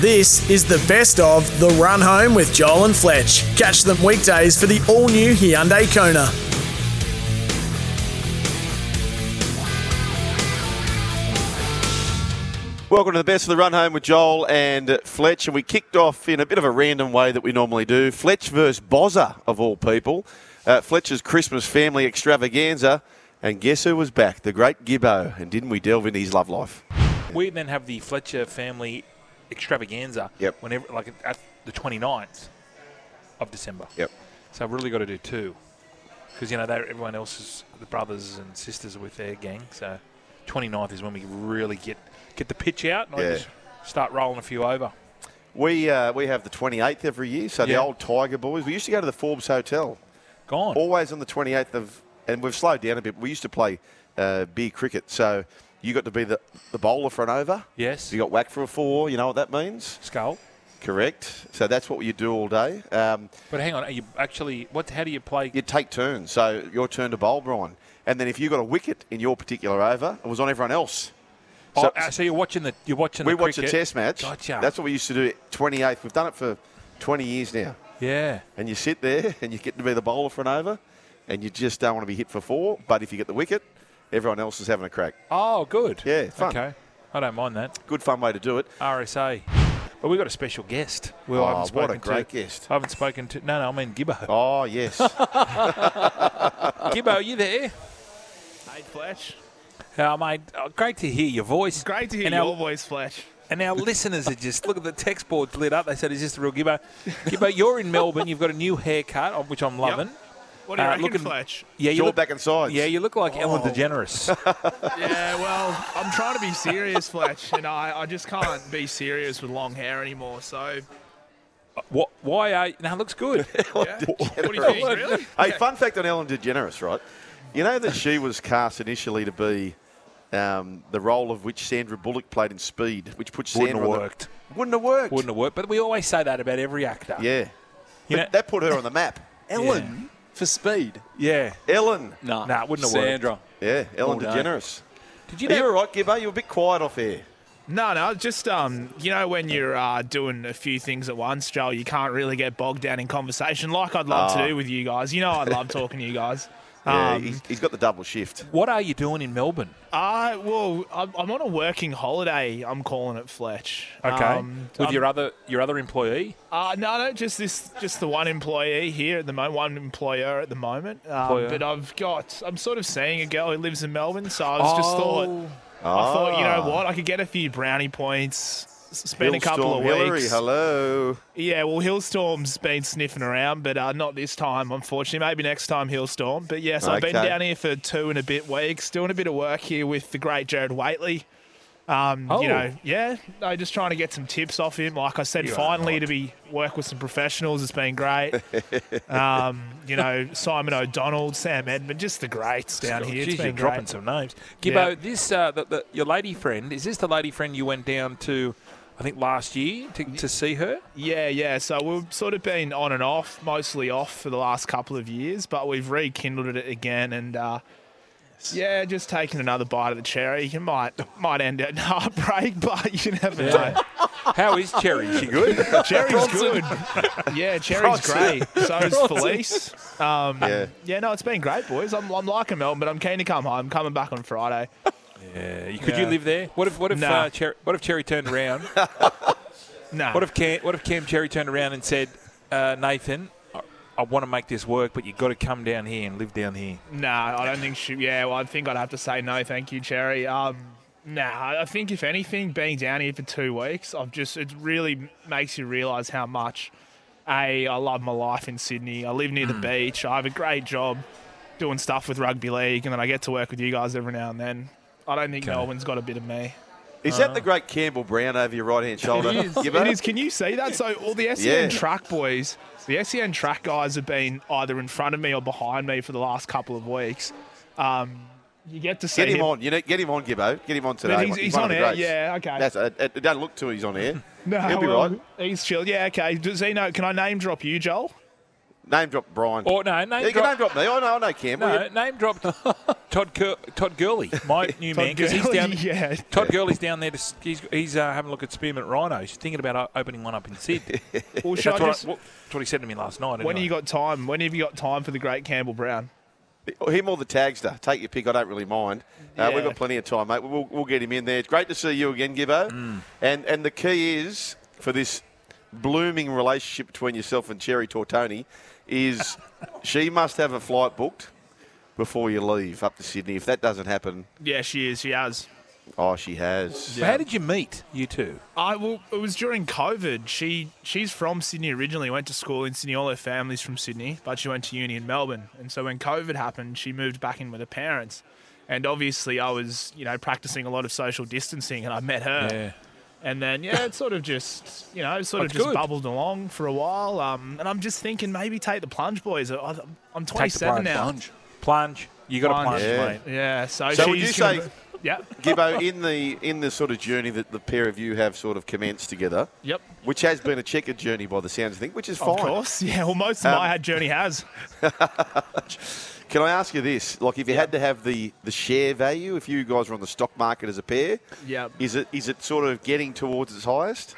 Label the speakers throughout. Speaker 1: This is the best of The Run Home with Joel and Fletch. Catch them weekdays for the all new Hyundai Kona.
Speaker 2: Welcome to the best of the run home with Joel and Fletch, and we kicked off in a bit of a random way that we normally do. Fletch versus Bozza of all people, uh, Fletcher's Christmas family extravaganza, and guess who was back? The great Gibbo, and didn't we delve into his love life?
Speaker 3: We then have the Fletcher family extravaganza.
Speaker 2: Yep.
Speaker 3: Whenever, like at the 29th of December.
Speaker 2: Yep.
Speaker 3: So I've really got to do two, because you know they're- everyone else is the brothers and sisters are with their gang. So 29th is when we really get get the pitch out and I
Speaker 2: Yeah.
Speaker 3: just start rolling a few over.
Speaker 2: We uh, we have the 28th every year, so the
Speaker 3: Yeah.
Speaker 2: old Tiger Boys. We used to go to the Forbes Hotel,
Speaker 3: Gone.
Speaker 2: always on the 28th of, and we've slowed down a bit. We used to play uh, beer cricket, so you got to be the, the bowler for an over.
Speaker 3: Yes.
Speaker 2: You got whack for a four, you know what that means?
Speaker 3: Skull.
Speaker 2: Correct. So that's what you do all day. Um,
Speaker 3: But hang on, are you actually what? How do you play?
Speaker 2: you take turns. So your turn to bowl, Brian. And then if you got a wicket in your particular over, it was on everyone else.
Speaker 3: Oh,
Speaker 2: So-
Speaker 3: uh, so, you're watching the you're watching.
Speaker 2: we
Speaker 3: the
Speaker 2: watch a
Speaker 3: cricket.
Speaker 2: test match.
Speaker 3: Gotcha.
Speaker 2: That's what we used to do. at 28th. We've done it for 20 years now.
Speaker 3: yeah.
Speaker 2: And you sit there and you get to be the bowler for an over, and you just don't want to be hit for four. But if you get the wicket, everyone else is having a crack.
Speaker 3: Oh, good.
Speaker 2: Yeah, it's fun.
Speaker 3: Okay, I don't mind that.
Speaker 2: Good fun way to do it.
Speaker 3: RSA. But we've got a special guest. Well,
Speaker 2: Oh, what a great guest.
Speaker 3: I haven't spoken to. No, no, I mean Gibbo.
Speaker 2: Oh yes.
Speaker 3: Gibbo, are you there?
Speaker 4: Hey, Flash.
Speaker 3: Oh, mate, oh, great to hear your voice.
Speaker 4: Great to hear
Speaker 3: and
Speaker 4: your
Speaker 3: Our,
Speaker 4: voice, Flash.
Speaker 3: and our listeners are just look at the text boards lit up. They said, "Is this the real Gibbo?" Gibbo, you're in Melbourne. You've got a new haircut, oh, which I'm loving.
Speaker 4: What do you
Speaker 3: Uh,
Speaker 4: reckon,
Speaker 3: looking-
Speaker 4: Flash?
Speaker 3: Yeah, you
Speaker 2: Jaw
Speaker 3: look,
Speaker 2: back Oh. and sides.
Speaker 3: yeah, you look like Ellen DeGeneres.
Speaker 4: Yeah, well, I'm trying to be serious, Flash, and I, I just can't be serious with long hair anymore. So,
Speaker 3: what? Why are? you- No, it looks good.
Speaker 4: yeah. what do you think? Really?
Speaker 2: Hey, fun fact on Ellen DeGeneres, right? You know that she was cast initially to be um, the role of which Sandra Bullock played in Speed, which put
Speaker 3: Wouldn't
Speaker 2: Sandra on
Speaker 3: have
Speaker 2: the-
Speaker 3: worked.
Speaker 2: wouldn't have worked.
Speaker 3: Wouldn't have worked. But we always say that about every actor.
Speaker 2: Yeah, But
Speaker 3: You know-
Speaker 2: that put her on the map.
Speaker 5: Ellen for speed.
Speaker 3: yeah.
Speaker 2: Ellen.
Speaker 5: No,
Speaker 3: Nah, it wouldn't have worked.
Speaker 5: Sandra.
Speaker 2: Yeah, Ellen
Speaker 5: All day.
Speaker 2: DeGeneres.
Speaker 3: Did you
Speaker 2: Are you
Speaker 3: know?
Speaker 2: all right, Gibbo? You were a bit quiet off air.
Speaker 4: No, no, just um, you know, when you're uh, doing a few things at once, Joel, you can't really get bogged down in conversation like I'd love
Speaker 2: Ah.
Speaker 4: to do with you guys. You know, I love talking to you guys.
Speaker 2: Yeah,
Speaker 4: Um,
Speaker 2: he's, he's got the double shift.
Speaker 3: What are you doing in Melbourne?
Speaker 4: I well, I'm, I'm on a working holiday. I'm calling it Fletch.
Speaker 3: Okay.
Speaker 4: Um,
Speaker 3: With
Speaker 4: I'm-
Speaker 3: your other your other employee,
Speaker 4: Uh, no, no, just this, just the one employee here at the moment, one employer at the moment. Um,
Speaker 3: Employer.
Speaker 4: but I've got, I'm sort of seeing a girl who lives in Melbourne, so I was just thought,
Speaker 3: Oh. Ah.
Speaker 4: I thought, you know what, I could get a few brownie points, s- spend a couple
Speaker 2: Hillstorm
Speaker 4: of
Speaker 2: Hillary,
Speaker 4: weeks.
Speaker 2: hello.
Speaker 4: Yeah, well, Hillstorm's been sniffing around, but uh, not this time, unfortunately. Maybe next time, Hillstorm. But yes, I've been
Speaker 2: Okay.
Speaker 4: down here for two and a bit weeks, doing a bit of work here with the great Jared Waitley. Um,
Speaker 3: Oh.
Speaker 4: You know, yeah, no, just trying to get some tips off him. Like I said,
Speaker 3: You are
Speaker 4: finally
Speaker 3: right.
Speaker 4: to be work with some professionals, it's been great. um, you know, Simon O'Donnell, Sam Edmund, just the greats down
Speaker 3: Oh,
Speaker 4: here. It's
Speaker 3: Geez,
Speaker 4: been
Speaker 3: you're
Speaker 4: great.
Speaker 3: dropping some names. Gibbo,
Speaker 4: Yeah.
Speaker 3: this uh, the, the, your lady friend is this the lady friend you went down to? I think last year to, to see her.
Speaker 4: Yeah, yeah. So we've sort of been on and off, mostly off for the last couple of years, but we've rekindled it again, and uh, yeah, just taking another bite of the cherry. You might might end it in heartbreak, but you never know.
Speaker 3: How is Cherry? Is she good?
Speaker 4: Cherry's good. Yeah, cherry's great. So is Felice. Um,
Speaker 2: Yeah.
Speaker 4: yeah. no, it's been great, boys. I'm, I'm liking Melbourne, but I'm keen to come home. Coming back on Friday.
Speaker 3: Yeah. Could you
Speaker 4: Yeah.
Speaker 3: live there? What if what if
Speaker 4: Nah.
Speaker 3: uh, Cherry, what if Cherry turned around?
Speaker 4: No.
Speaker 3: what if Cam, what if Cam Cherry turned around and said, uh, Nathan, I, I want to make this work, but you got to come down here and live down here.
Speaker 4: No, I don't think she. Yeah, well, I think I'd have to say no, thank you, Cherry. Um, nah, I think if anything, being down here for two weeks, I've just it really makes you realise how much a I love my life in Sydney. I live near
Speaker 2: Mm.
Speaker 4: the beach. I have a great job doing stuff with rugby league, and then I get to work with you guys every now and then. I don't think Melbourne's got a bit of me.
Speaker 2: Is that the great Campbell Brown over your right hand shoulder?
Speaker 4: uh. It is.
Speaker 2: Gibbo?
Speaker 4: It is. Can you see that? So all the SEN
Speaker 2: Yeah.
Speaker 4: track boys, the SEN track guys have been either in front of me or behind me for the last couple of weeks. Um, you get to see
Speaker 2: Get him on. You know, get him on, Gibbo. Get him on today.
Speaker 4: But he's-
Speaker 2: He's
Speaker 4: he's
Speaker 2: one
Speaker 4: on
Speaker 2: of the
Speaker 4: air,
Speaker 2: greats.
Speaker 4: yeah, okay.
Speaker 2: That's, it, it doesn't look to he's on air.
Speaker 4: No,
Speaker 2: He'll be
Speaker 4: well,
Speaker 2: right.
Speaker 4: He's chill. Yeah, okay. Does he know? Can I name drop you, Joel?
Speaker 2: Name drop Brian.
Speaker 4: Oh,
Speaker 3: Or no, name
Speaker 2: you can name
Speaker 3: drop.
Speaker 2: drop me. I know, I know Campbell.
Speaker 3: No,
Speaker 2: You-
Speaker 3: name dropped Todd Cur- Todd Gurley, my new man, because he's
Speaker 4: Gurley,
Speaker 3: down.
Speaker 4: yeah.
Speaker 3: Todd Gurley's down there. To, s- he's he's uh, having a look at Spearmint Rhino. He's thinking about o- opening one up in Sid.
Speaker 4: Well,
Speaker 3: That's
Speaker 4: should I
Speaker 3: what, I-
Speaker 4: just,
Speaker 3: what- that's what he said to me last night.
Speaker 4: when have
Speaker 3: anyway.
Speaker 4: you got time? When have you got time for the great Campbell Brown?
Speaker 2: Him or the Tagster. Take your pick. I don't really mind. Uh,
Speaker 4: Yeah.
Speaker 2: We've got plenty of time, mate. We'll, we'll get him in there. It's great to see you again, Gibbo.
Speaker 4: Mm.
Speaker 2: And and the key is for this blooming relationship between yourself and Cherry Tortoni is she must have a flight booked before you leave up to Sydney. If that doesn't happen,
Speaker 4: Yeah, she is. She has.
Speaker 2: oh, she has.
Speaker 3: So How did you meet you two?
Speaker 4: I well, it was during COVID. She she's from Sydney originally. Went to school in Sydney. All her family's from Sydney, but she went to uni in Melbourne. And so when COVID happened, she moved back in with her parents. And obviously, I was you know practicing a lot of social distancing, and I met her. And then yeah, it sort of just you know sort of
Speaker 3: That's
Speaker 4: just
Speaker 3: good.
Speaker 4: bubbled along for a while. Um, and I'm just thinking maybe take the plunge, boys. I- I- I'm
Speaker 3: Take the
Speaker 4: 27 now.
Speaker 3: plunge. Plunge. You got to plunge,
Speaker 2: Yeah.
Speaker 3: mate.
Speaker 4: Yeah. So,
Speaker 2: So would you
Speaker 4: she's
Speaker 2: say,
Speaker 4: gonna- yeah.
Speaker 2: Gibbo, in the in the sort of journey that the pair of you have sort of commenced together,
Speaker 4: Yep.
Speaker 2: which has been a checkered journey by the sounds of things, which is fine.
Speaker 4: Of course. Yeah. Well, most of
Speaker 2: Um,
Speaker 4: my journey has.
Speaker 2: Can I ask you this? Like, if you had to have the, the share value, if you guys were on the stock market as a pair,
Speaker 4: Yep.
Speaker 2: is it is it sort of getting towards its highest?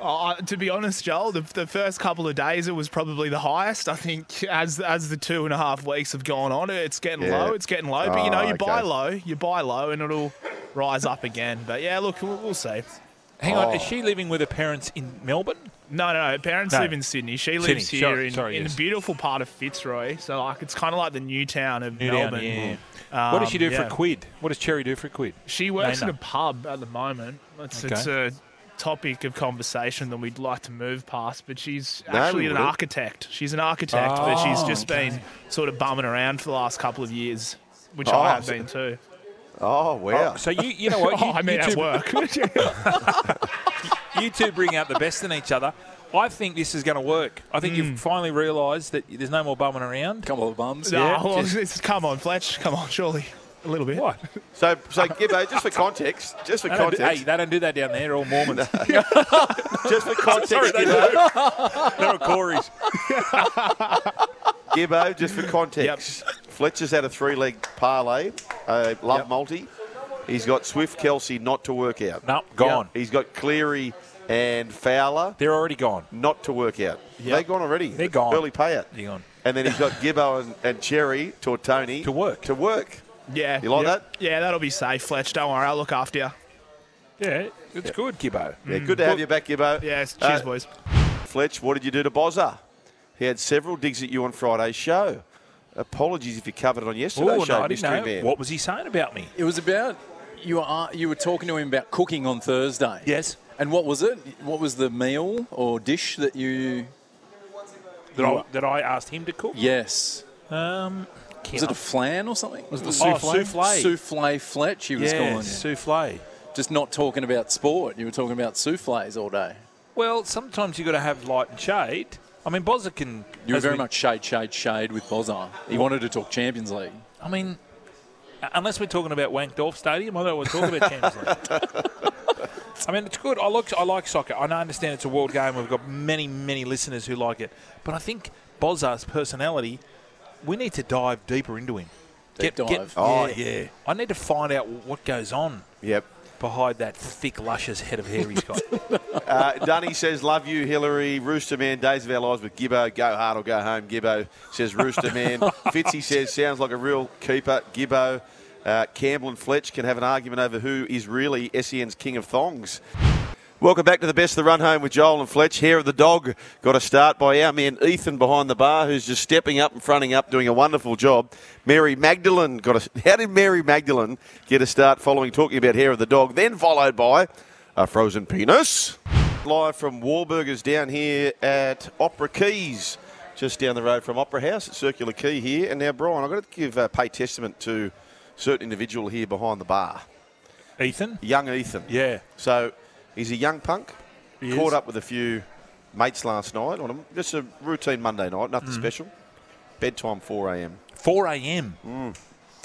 Speaker 4: Uh, to be honest, Joel, the, the first couple of days it was probably the highest. I think as as the two and a half weeks have gone on, it's getting
Speaker 2: Yeah.
Speaker 4: low. It's getting low. But you know,
Speaker 2: Oh,
Speaker 4: you buy
Speaker 2: okay.
Speaker 4: low, you buy low, and it'll rise up again. But yeah, look, we'll, we'll see.
Speaker 3: Hang on. Is she living with her parents in Melbourne?
Speaker 4: No, no, no. Parents
Speaker 3: No.
Speaker 4: live in Sydney. She
Speaker 3: Sydney,
Speaker 4: lives here
Speaker 3: sorry,
Speaker 4: in,
Speaker 3: sorry,
Speaker 4: in
Speaker 3: yes.
Speaker 4: the beautiful part of Fitzroy. So like, it's kind of like the new town of
Speaker 3: Newtown,
Speaker 4: Melbourne.
Speaker 3: yeah. what does she do for a
Speaker 4: yeah.
Speaker 3: quid? What does Cherry do for a quid?
Speaker 4: She works
Speaker 3: Nana.
Speaker 4: in a pub at the moment. It's,
Speaker 3: Okay.
Speaker 4: it's a topic of conversation that we'd like to move past, but she's
Speaker 2: we
Speaker 4: actually an
Speaker 2: wouldn't.
Speaker 4: architect. She's an architect, but she's
Speaker 3: Oh,
Speaker 4: just been sort of bumming around for the last couple of years, which
Speaker 2: Oh,
Speaker 4: I have
Speaker 2: so-
Speaker 4: been too.
Speaker 2: Oh wow!
Speaker 3: So you, you know what? You,
Speaker 4: oh, I mean,
Speaker 3: you,
Speaker 4: at
Speaker 3: two,
Speaker 4: work.
Speaker 3: you two bring out the best in each other. I think this is going to work. I think you've finally realised that there's no more bumming around.
Speaker 5: Couple of bums.
Speaker 4: no,
Speaker 3: Yeah,
Speaker 4: well,
Speaker 3: just-
Speaker 4: it's- come on, Fletch. Come on, surely. A little bit.
Speaker 3: What?
Speaker 2: So so Gibbo, just for context, just for
Speaker 3: They don't do- hey,
Speaker 2: context,
Speaker 3: they don't do that down there. They're all Mormons.
Speaker 2: just for context,
Speaker 3: they
Speaker 2: Gibbo,
Speaker 3: They're all Corys.
Speaker 2: Gibbo, just for context, Fletcher's had a three-leg parlay, uh, love multi. He's got Swift, Kelsey, not to work out.
Speaker 3: No, gone.
Speaker 2: He's got Cleary and Fowler,
Speaker 3: They're already gone.
Speaker 2: not to work out. They're gone already.
Speaker 3: They're gone.
Speaker 2: Early payout.
Speaker 3: They're gone.
Speaker 2: And then he's got Gibbo and, and Cherry, Tortoni.
Speaker 3: To work.
Speaker 2: To work.
Speaker 4: Yeah.
Speaker 2: You like
Speaker 4: yeah.
Speaker 2: that?
Speaker 4: Yeah, that'll be safe, Fletch. Don't worry, I'll look after you.
Speaker 3: Yeah, it's good, Gibbo.
Speaker 2: Yeah, good to have you back, Gibbo.
Speaker 4: Yes,
Speaker 2: Uh,
Speaker 4: cheers, boys.
Speaker 2: Fletch, what did you do to Bozza? He had several digs at you on Friday's show. Apologies if you covered it on yesterday's
Speaker 3: Oh,
Speaker 2: show,
Speaker 3: no, I didn't
Speaker 2: Mystery
Speaker 3: know.
Speaker 2: Man.
Speaker 3: What was he saying about me?
Speaker 5: It was about you were uh, you were talking to him about cooking on Thursday.
Speaker 3: Yes.
Speaker 5: And what was it? What was the meal or dish that you?
Speaker 3: That I, that I asked him to cook?
Speaker 5: Yes.
Speaker 3: Um, can't
Speaker 5: Was it
Speaker 3: I-
Speaker 5: a flan or something? Was it a
Speaker 3: Oh, souffle.
Speaker 5: Souffle Fletch. He was
Speaker 3: yeah,
Speaker 5: calling it.
Speaker 3: souffle.
Speaker 5: Just not talking about sport. You were talking about souffles all day.
Speaker 3: Well, sometimes you got to have light and shade. I mean, Bozza can.
Speaker 5: You were
Speaker 3: as
Speaker 5: very
Speaker 3: we-
Speaker 5: much shade, shade, shade with Bozar. He wanted to talk Champions League.
Speaker 3: I mean, uh, unless we're talking about Wankdorf Stadium, I don't want to talk about Champions League. I mean, it's good. I like I like soccer. I know- understand it's a world game. We've got many many listeners who like it, but I think Bozar's personality. We need to dive deeper into him.
Speaker 5: Deep dive.
Speaker 2: Oh,
Speaker 3: yeah, yeah. I need to find out what goes on
Speaker 2: Yep.
Speaker 3: behind that thick, luscious head of hair he's got.
Speaker 2: Uh, Dunny says, Love you, Hillary. Rooster Man, Days of Our Lives with Gibbo. Go hard or go home, Gibbo. Says Rooster Man. Fitzy says, Sounds like a real keeper, Gibbo. Uh, Campbell and Fletch can have an argument over who is really SEN's king of thongs. Welcome back to the best of the run home with Joel and Fletch. Hair of the dog got a start by our man Ethan behind the bar, who's just stepping up and fronting up, doing a wonderful job. Mary Magdalene got a. How did Mary Magdalene get a start following talking about hair of the dog, then followed by a frozen penis? Live from Warburgers down here at Opera Keys, just down the road from Opera House at Circular Quay here. And now, Brian, I've got to give uh, pay testament to certain individual here behind the bar.
Speaker 3: Ethan?
Speaker 2: Young Ethan.
Speaker 3: Yeah.
Speaker 2: So he's a young punk.
Speaker 3: He
Speaker 2: Caught
Speaker 3: is.
Speaker 2: up with a few mates last night on a, just a routine Monday night, nothing
Speaker 3: Mm.
Speaker 2: special. Bedtime 4 a.m.
Speaker 3: 4 a.m.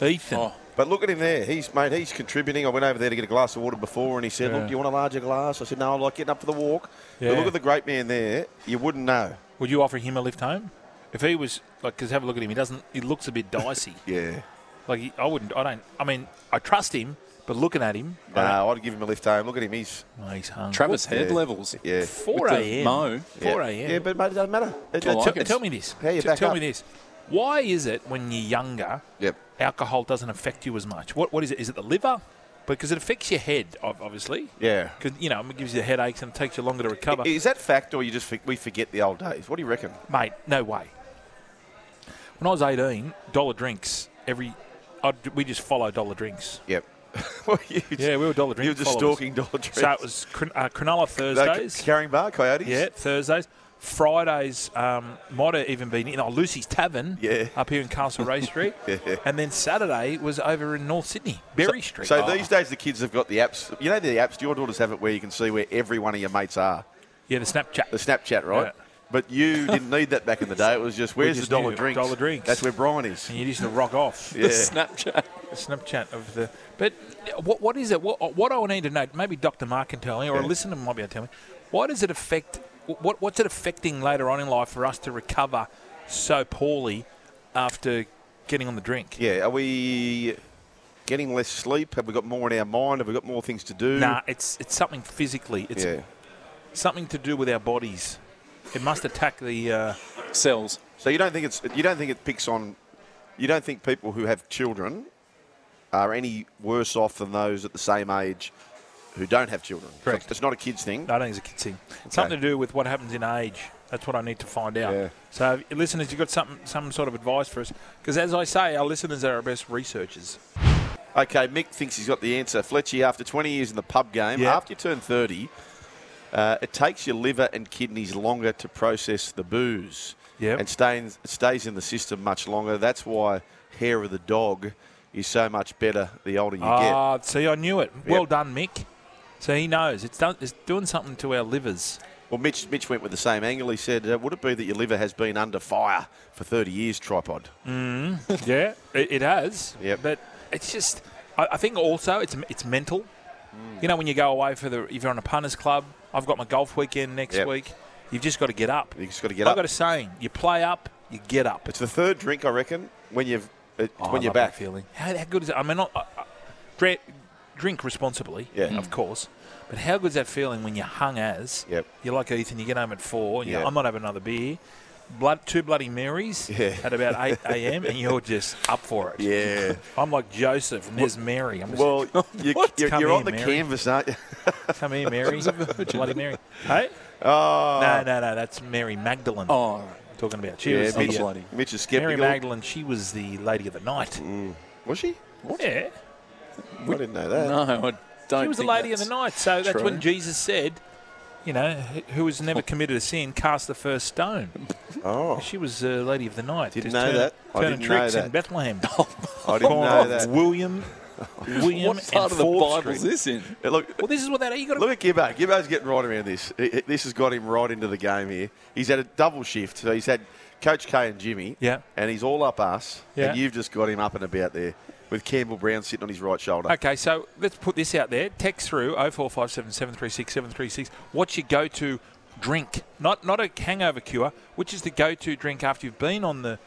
Speaker 3: Ethan.
Speaker 5: Oh.
Speaker 2: But look at him there. He's mate. He's contributing. I went over there to get a glass of water before, and he said, "Look, do you want a larger glass?" I said, "No, I like getting up for the walk." But
Speaker 3: Yeah.
Speaker 2: look at the great man there. You wouldn't know.
Speaker 3: Would you offer him a lift home? If he was like, because have a look at him. He doesn't. He looks a bit dicey.
Speaker 2: Yeah.
Speaker 3: like he, I wouldn't. I don't. I mean, I trust him, but looking at him, I don't-
Speaker 2: No, I'd give him a lift home. Look at him. He's
Speaker 3: oh, he's hung.
Speaker 5: Travis Head
Speaker 2: Yeah.
Speaker 5: levels.
Speaker 2: yeah.
Speaker 3: 4
Speaker 5: with the
Speaker 3: a.m.
Speaker 5: mo.
Speaker 3: 4
Speaker 2: yeah.
Speaker 3: a.m.
Speaker 2: Yeah, but mate, it doesn't matter. It-
Speaker 5: I
Speaker 2: it-
Speaker 5: like
Speaker 3: T-
Speaker 5: it.
Speaker 3: tell me this.
Speaker 2: How you
Speaker 3: T-
Speaker 2: back
Speaker 3: tell
Speaker 2: up.
Speaker 3: me this. Why is it when you're younger,
Speaker 2: Yep.
Speaker 3: alcohol doesn't affect you as much? What What is it? Is it the liver? Because it affects your head, ob- obviously.
Speaker 2: Yeah.
Speaker 3: Because you know it gives you headaches and it takes you longer to recover.
Speaker 2: Is that fact, or you just for- we forget the old days? What do you reckon?
Speaker 3: Mate, no way. When I was 18, dollar drinks every. I'd, we just follow dollar drinks.
Speaker 2: Yep. Well, you
Speaker 3: Yeah, we were dollar drink
Speaker 2: You were just
Speaker 3: followers.
Speaker 2: stalking dollar drinks.
Speaker 3: So it was cr- uh, Cronulla Thursdays.
Speaker 2: carrying bar coyotes.
Speaker 3: Yeah, Thursdays. Fridays um, might have even been in oh, Lucy's Tavern
Speaker 2: Yeah.
Speaker 3: up here in Castle Ray Street. And then Saturday was over in North Sydney, Berry Street.
Speaker 2: So
Speaker 3: Oh.
Speaker 2: these days the kids have got the apps. You know the apps. Your daughters have it where you can see where every one of your mates are.
Speaker 3: Yeah, the Snapchat.
Speaker 2: the Snapchat, right?
Speaker 3: Yeah.
Speaker 2: But you didn't need that back in the day. It was just where's
Speaker 3: just
Speaker 2: the dollar
Speaker 3: knew,
Speaker 2: drinks?
Speaker 3: dollar drinks.
Speaker 2: That's where Brian is.
Speaker 3: and you used to rock off.
Speaker 2: Yeah.
Speaker 5: Snapchat.
Speaker 3: The Snapchat of the. But what, what is it? What, what I need to know, maybe Dr. Mark can tell me, or a
Speaker 2: Yeah.
Speaker 3: listener might be able to tell me, why does it affect. What, what's it affecting later on in life for us to recover so poorly after getting on the drink?
Speaker 2: Yeah. Are we getting less sleep? Have we got more in our mind? Have we got more things to do?
Speaker 3: Nah, it's it's something physically. It's
Speaker 2: Yeah.
Speaker 3: something to do with our bodies. It must attack the. Uh,
Speaker 5: Cells.
Speaker 2: So you don't think it's you don't think it picks on you don't think people who have children are any worse off than those at the same age who don't have children.
Speaker 3: Correct.
Speaker 2: It's not a kids thing.
Speaker 3: no, I don't think it's a kid thing. It's Something to do with what happens in age. That's what I need to find out.
Speaker 2: Yeah.
Speaker 3: So, listeners, you've got some some sort of advice for us? Because as I say, our listeners are our best researchers.
Speaker 2: Okay, Mick thinks he's got the answer. Fletchy, after 20 years in the pub game,
Speaker 3: Yeah.
Speaker 2: after you turn 30, uh, it takes your liver and kidneys longer to process the booze.
Speaker 3: Yep.
Speaker 2: And stays, it stays in the system much longer. That's why hair of the dog is so much better the older you
Speaker 3: Ah, see, I knew it. Well done, Mick. So he knows it's done. It's doing something to our livers.
Speaker 2: get. Well, Mitch, Mitch went with the same angle. He said, uh, Would it be that your liver has been under fire for 30 years, tripod?
Speaker 3: yeah, it, it has.
Speaker 2: Yep.
Speaker 3: But it's just, I, I think also it's it's mental.
Speaker 2: Mm.
Speaker 3: You know, when you go away for the, if you're on a punters club, I've got my golf weekend next
Speaker 2: Yep.
Speaker 3: week. You've just got to get up.
Speaker 2: you just got to get
Speaker 3: I've
Speaker 2: up.
Speaker 3: got a saying: you play up, you get up.
Speaker 2: It's the third drink, I reckon, when, you've, it's
Speaker 3: Oh, I
Speaker 2: when you're
Speaker 3: love that
Speaker 2: back.
Speaker 3: feeling. How, how good is it? I mean, not, I, I, dre- drink responsibly,
Speaker 2: Yeah. Mm.
Speaker 3: of course. But how good's that feeling when you're hung as?
Speaker 2: Yep.
Speaker 3: You're like Ethan. You get home at four. And you're,
Speaker 2: Yeah.
Speaker 3: I might have another beer. Blood, two Bloody Marys
Speaker 2: Yeah.
Speaker 3: at about eight a.m. and you're just up for it.
Speaker 2: Yeah.
Speaker 3: I'm like Joseph, and there's Mary. I'm just,
Speaker 2: Well, you, you're,
Speaker 3: Come
Speaker 2: you're
Speaker 3: here,
Speaker 2: on the
Speaker 3: Mary.
Speaker 2: canvas, aren't you?
Speaker 3: come here, Mary. Bloody Mary. Hey?
Speaker 2: Oh,
Speaker 3: No, no, no. That's Mary Magdalene.
Speaker 5: Oh,
Speaker 3: I'm talking about. She
Speaker 2: yeah,
Speaker 3: was
Speaker 2: Mitch,
Speaker 3: the-
Speaker 5: bloody.
Speaker 2: Mitch is
Speaker 3: Mary
Speaker 2: skeptical.
Speaker 3: Magdalene. She was the lady of the night.
Speaker 2: Mm. Was she?
Speaker 3: Yeah.
Speaker 2: I didn't know that.
Speaker 5: no, I don't
Speaker 3: She was the
Speaker 5: think
Speaker 3: lady of the
Speaker 5: that's-
Speaker 3: night. So that's
Speaker 5: true.
Speaker 3: when Jesus said, you know, wh- who has never committed a sin, cast the first stone.
Speaker 2: Oh,
Speaker 3: She was the lady of the night.
Speaker 2: Didn't
Speaker 3: just
Speaker 2: know
Speaker 3: turn-
Speaker 2: that. I
Speaker 3: Turning
Speaker 2: didn't know
Speaker 3: tricks
Speaker 2: that.
Speaker 3: in Bethlehem.
Speaker 2: I didn't know that.
Speaker 3: William, William
Speaker 5: What part
Speaker 3: and
Speaker 5: of the
Speaker 3: Fourth
Speaker 5: Bible
Speaker 3: Street.
Speaker 5: is this in?
Speaker 2: Hey, Look,
Speaker 3: Well, this is what that you got
Speaker 2: look at Gibbo. Gibbo's getting right around this. He- he- This has got him right into the game here. He's had a double shift. So he's had Coach K and Jimmy.
Speaker 3: Yeah.
Speaker 2: And he's all up us.
Speaker 3: Yeah.
Speaker 2: And you've just got him up and about there with Campbell Brown sitting on his right shoulder.
Speaker 3: Okay, so let's put this out there. Text through 0457 736 736. What's your go to drink? Not not a hangover cure, which is the go to drink after you've been on the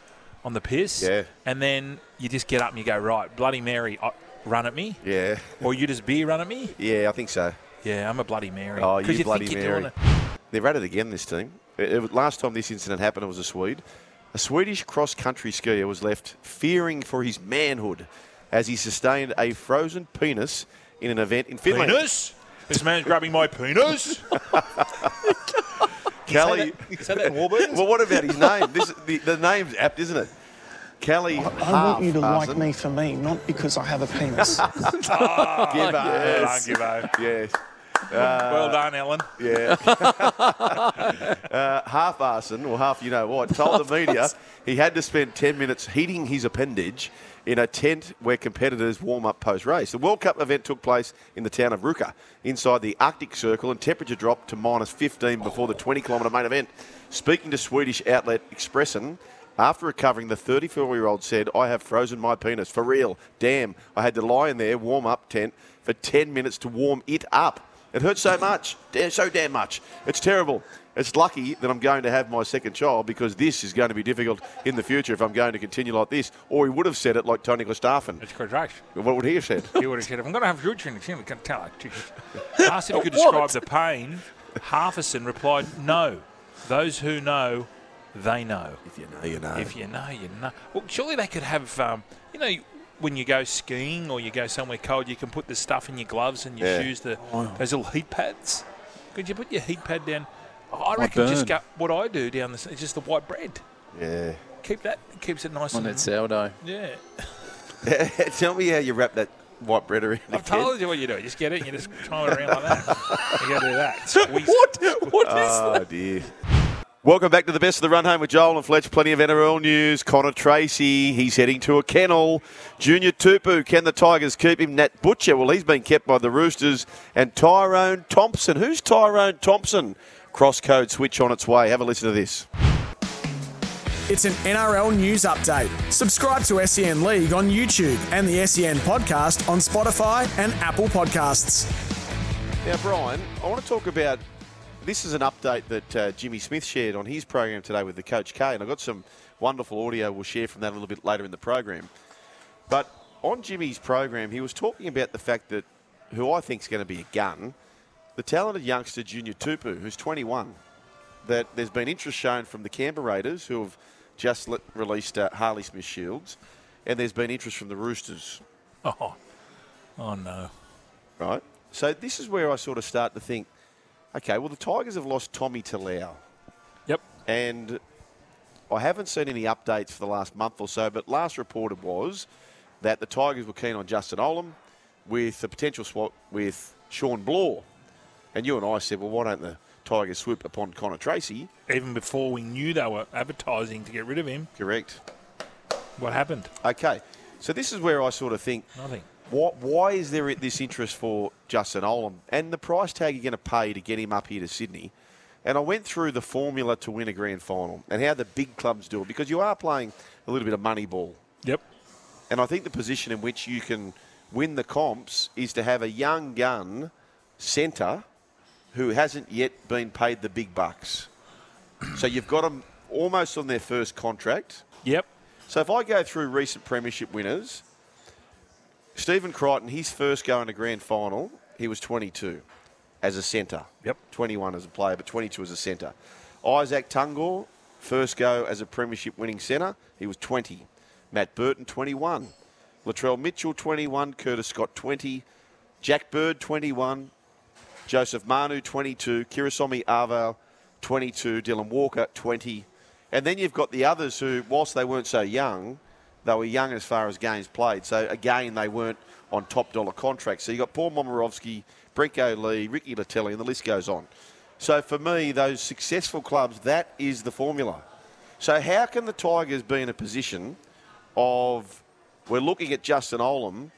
Speaker 3: on the piss.
Speaker 2: Yeah.
Speaker 3: And then you just get up and you go, right, Bloody Mary, uh, run at me.
Speaker 2: Yeah.
Speaker 3: Or you just beer run at me.
Speaker 2: Yeah, I think so.
Speaker 3: Yeah, I'm a Bloody Mary.
Speaker 2: Oh,
Speaker 3: 'Cause
Speaker 2: you Bloody
Speaker 3: think
Speaker 2: Mary.
Speaker 3: you're doing
Speaker 2: They're at it again, this team. It- it was- last time this incident happened, it was a Swede. A Swedish cross country skier was left fearing for his manhood as he sustained a frozen penis in an event in
Speaker 3: it.
Speaker 2: Finland.
Speaker 3: Penis? This man's grabbing my penis.
Speaker 2: Kelly.
Speaker 3: Is that in Warburton?
Speaker 2: Well, what about his name? This, the, the name's apt, isn't it? Kelly
Speaker 6: I want you to like
Speaker 2: Halfparson.
Speaker 6: me for me, not because I have a penis.
Speaker 2: Gibbo.
Speaker 3: Thank you, mate.
Speaker 2: Yes.
Speaker 3: well done, Ellen.
Speaker 2: Yeah. uh, half arson, or half you know what, told the media he had to spend 10 minutes heating his appendage in a tent where competitors warm up post race. The World Cup event took place in the town of Rukka, inside the Arctic Circle, and temperature dropped to minus 15 before the 20 kilometre main event. Speaking to Swedish outlet Expressen, after recovering, the 34 year old said, I have frozen my penis. For real. Damn. I had to lie in their warm up tent for 10 minutes to warm it up. It hurts so much. da- So damn much. It's terrible. It's lucky that I'm going to have my second child because this is going to be difficult in the future if I'm going to continue like this. Or he would have said it like Tony Gustafson.
Speaker 3: It's correct.
Speaker 2: What would he have said?
Speaker 3: He would have said, if I'm going to have a future in the team, I can tell it. Asked if he could describe the pain, Harfison replied, no. Those who know, they know.
Speaker 2: if you know, you know.
Speaker 3: If you know, you know. Well, surely they could have, um, you know, when you go skiing or you go somewhere cold, you can put the stuff in your gloves and your
Speaker 2: Yeah. Oh.
Speaker 3: shoes, the, those little heat pads. Could you put your heat pad down? I reckon just
Speaker 5: burn.
Speaker 3: go, what I do down this, just the white bread.
Speaker 2: yeah.
Speaker 3: Keep that, keeps it nice
Speaker 5: on
Speaker 3: and
Speaker 5: that sourdough.
Speaker 3: yeah.
Speaker 2: Tell me how you wrap that white bread around the
Speaker 3: I've
Speaker 2: kid.
Speaker 3: told you what you do. You just get it and you just tie it around like that. You got to do that. Squeeze it.
Speaker 5: What is
Speaker 2: Oh dear. Welcome back to the best of the run home with Joel and Fletch. Plenty of NRL news. Connor Tracy, he's heading to a kennel. Junior Tupu, can the Tigers keep him? Nat Butcher, well, he's been kept by the Roosters. And Tyrone Thompson. Who's Tyrone Thompson? Crosscode switch on its way. Have a listen to this.
Speaker 1: It's an NRL news update. Subscribe to SEN League on YouTube and the SEN podcast on Spotify and Apple Podcasts.
Speaker 2: Now, Brian, I want to talk about this is an update that uh, Jimmy Smith shared on his program today with the Coach K, and I've got some wonderful audio we'll share from that a little bit later in the program. But on Jimmy's program, he was talking about the fact that who I think is going to be a gun, the talented youngster Junior Tupu, who's 21, that there's been interest shown from the Canberra Raiders, who have just let, released uh, Harley Smith Shields, and there's been interest from the Roosters
Speaker 3: Oh, oh no.
Speaker 2: right? So this is where I sort of start to think, okay, well the Tigers have lost Tommy Talau,
Speaker 3: Yep.
Speaker 2: and I haven't seen any updates for the last month or so. But last reported was that the Tigers were keen on Justin Olam with a potential swap with Sean Blaw, and you and I said, well, why don't the Tigers swoop upon Connor Tracy?
Speaker 3: Even before we knew they were advertising to get rid of him,
Speaker 2: Correct.
Speaker 3: what happened?
Speaker 2: Okay, so this is where I sort of think.
Speaker 3: Nothing.
Speaker 2: Why, why is there this interest for Justin Olam and the price tag you're going to pay to get him up here to Sydney? And I went through the formula to win a grand final and how the big clubs do it because you are playing a little bit of money ball.
Speaker 3: Yep.
Speaker 2: And I think the position in which you can win the comps is to have a young gun centre who hasn't yet been paid the big bucks. So you've got them almost on their first contract.
Speaker 3: Yep.
Speaker 2: So if I go through recent premiership winners, Stephen Crichton, his first go in a grand final, he was 22 as a centre.
Speaker 3: Yep.
Speaker 2: 21 as a player, but 22 as a centre. Isaac Tungor, first go as a premiership winning centre, he was 20. Matt Burton, 21. Latrell Mitchell, 21. Curtis Scott, 20. Jack Bird, 21. Joseph Manu, 22. Kirisomi Arval, 22. Dylan Walker, 20. And then you've got the others who, whilst they weren't so young, they were young as far as games played. So again, they weren't on top dollar contracts. So you've got Paul Momorowski, Brinko Lee, Ricky Latelli, and the list goes on. So for me, those successful clubs, that is the formula. So how can the Tigers be in a position of we're looking at Justin Olam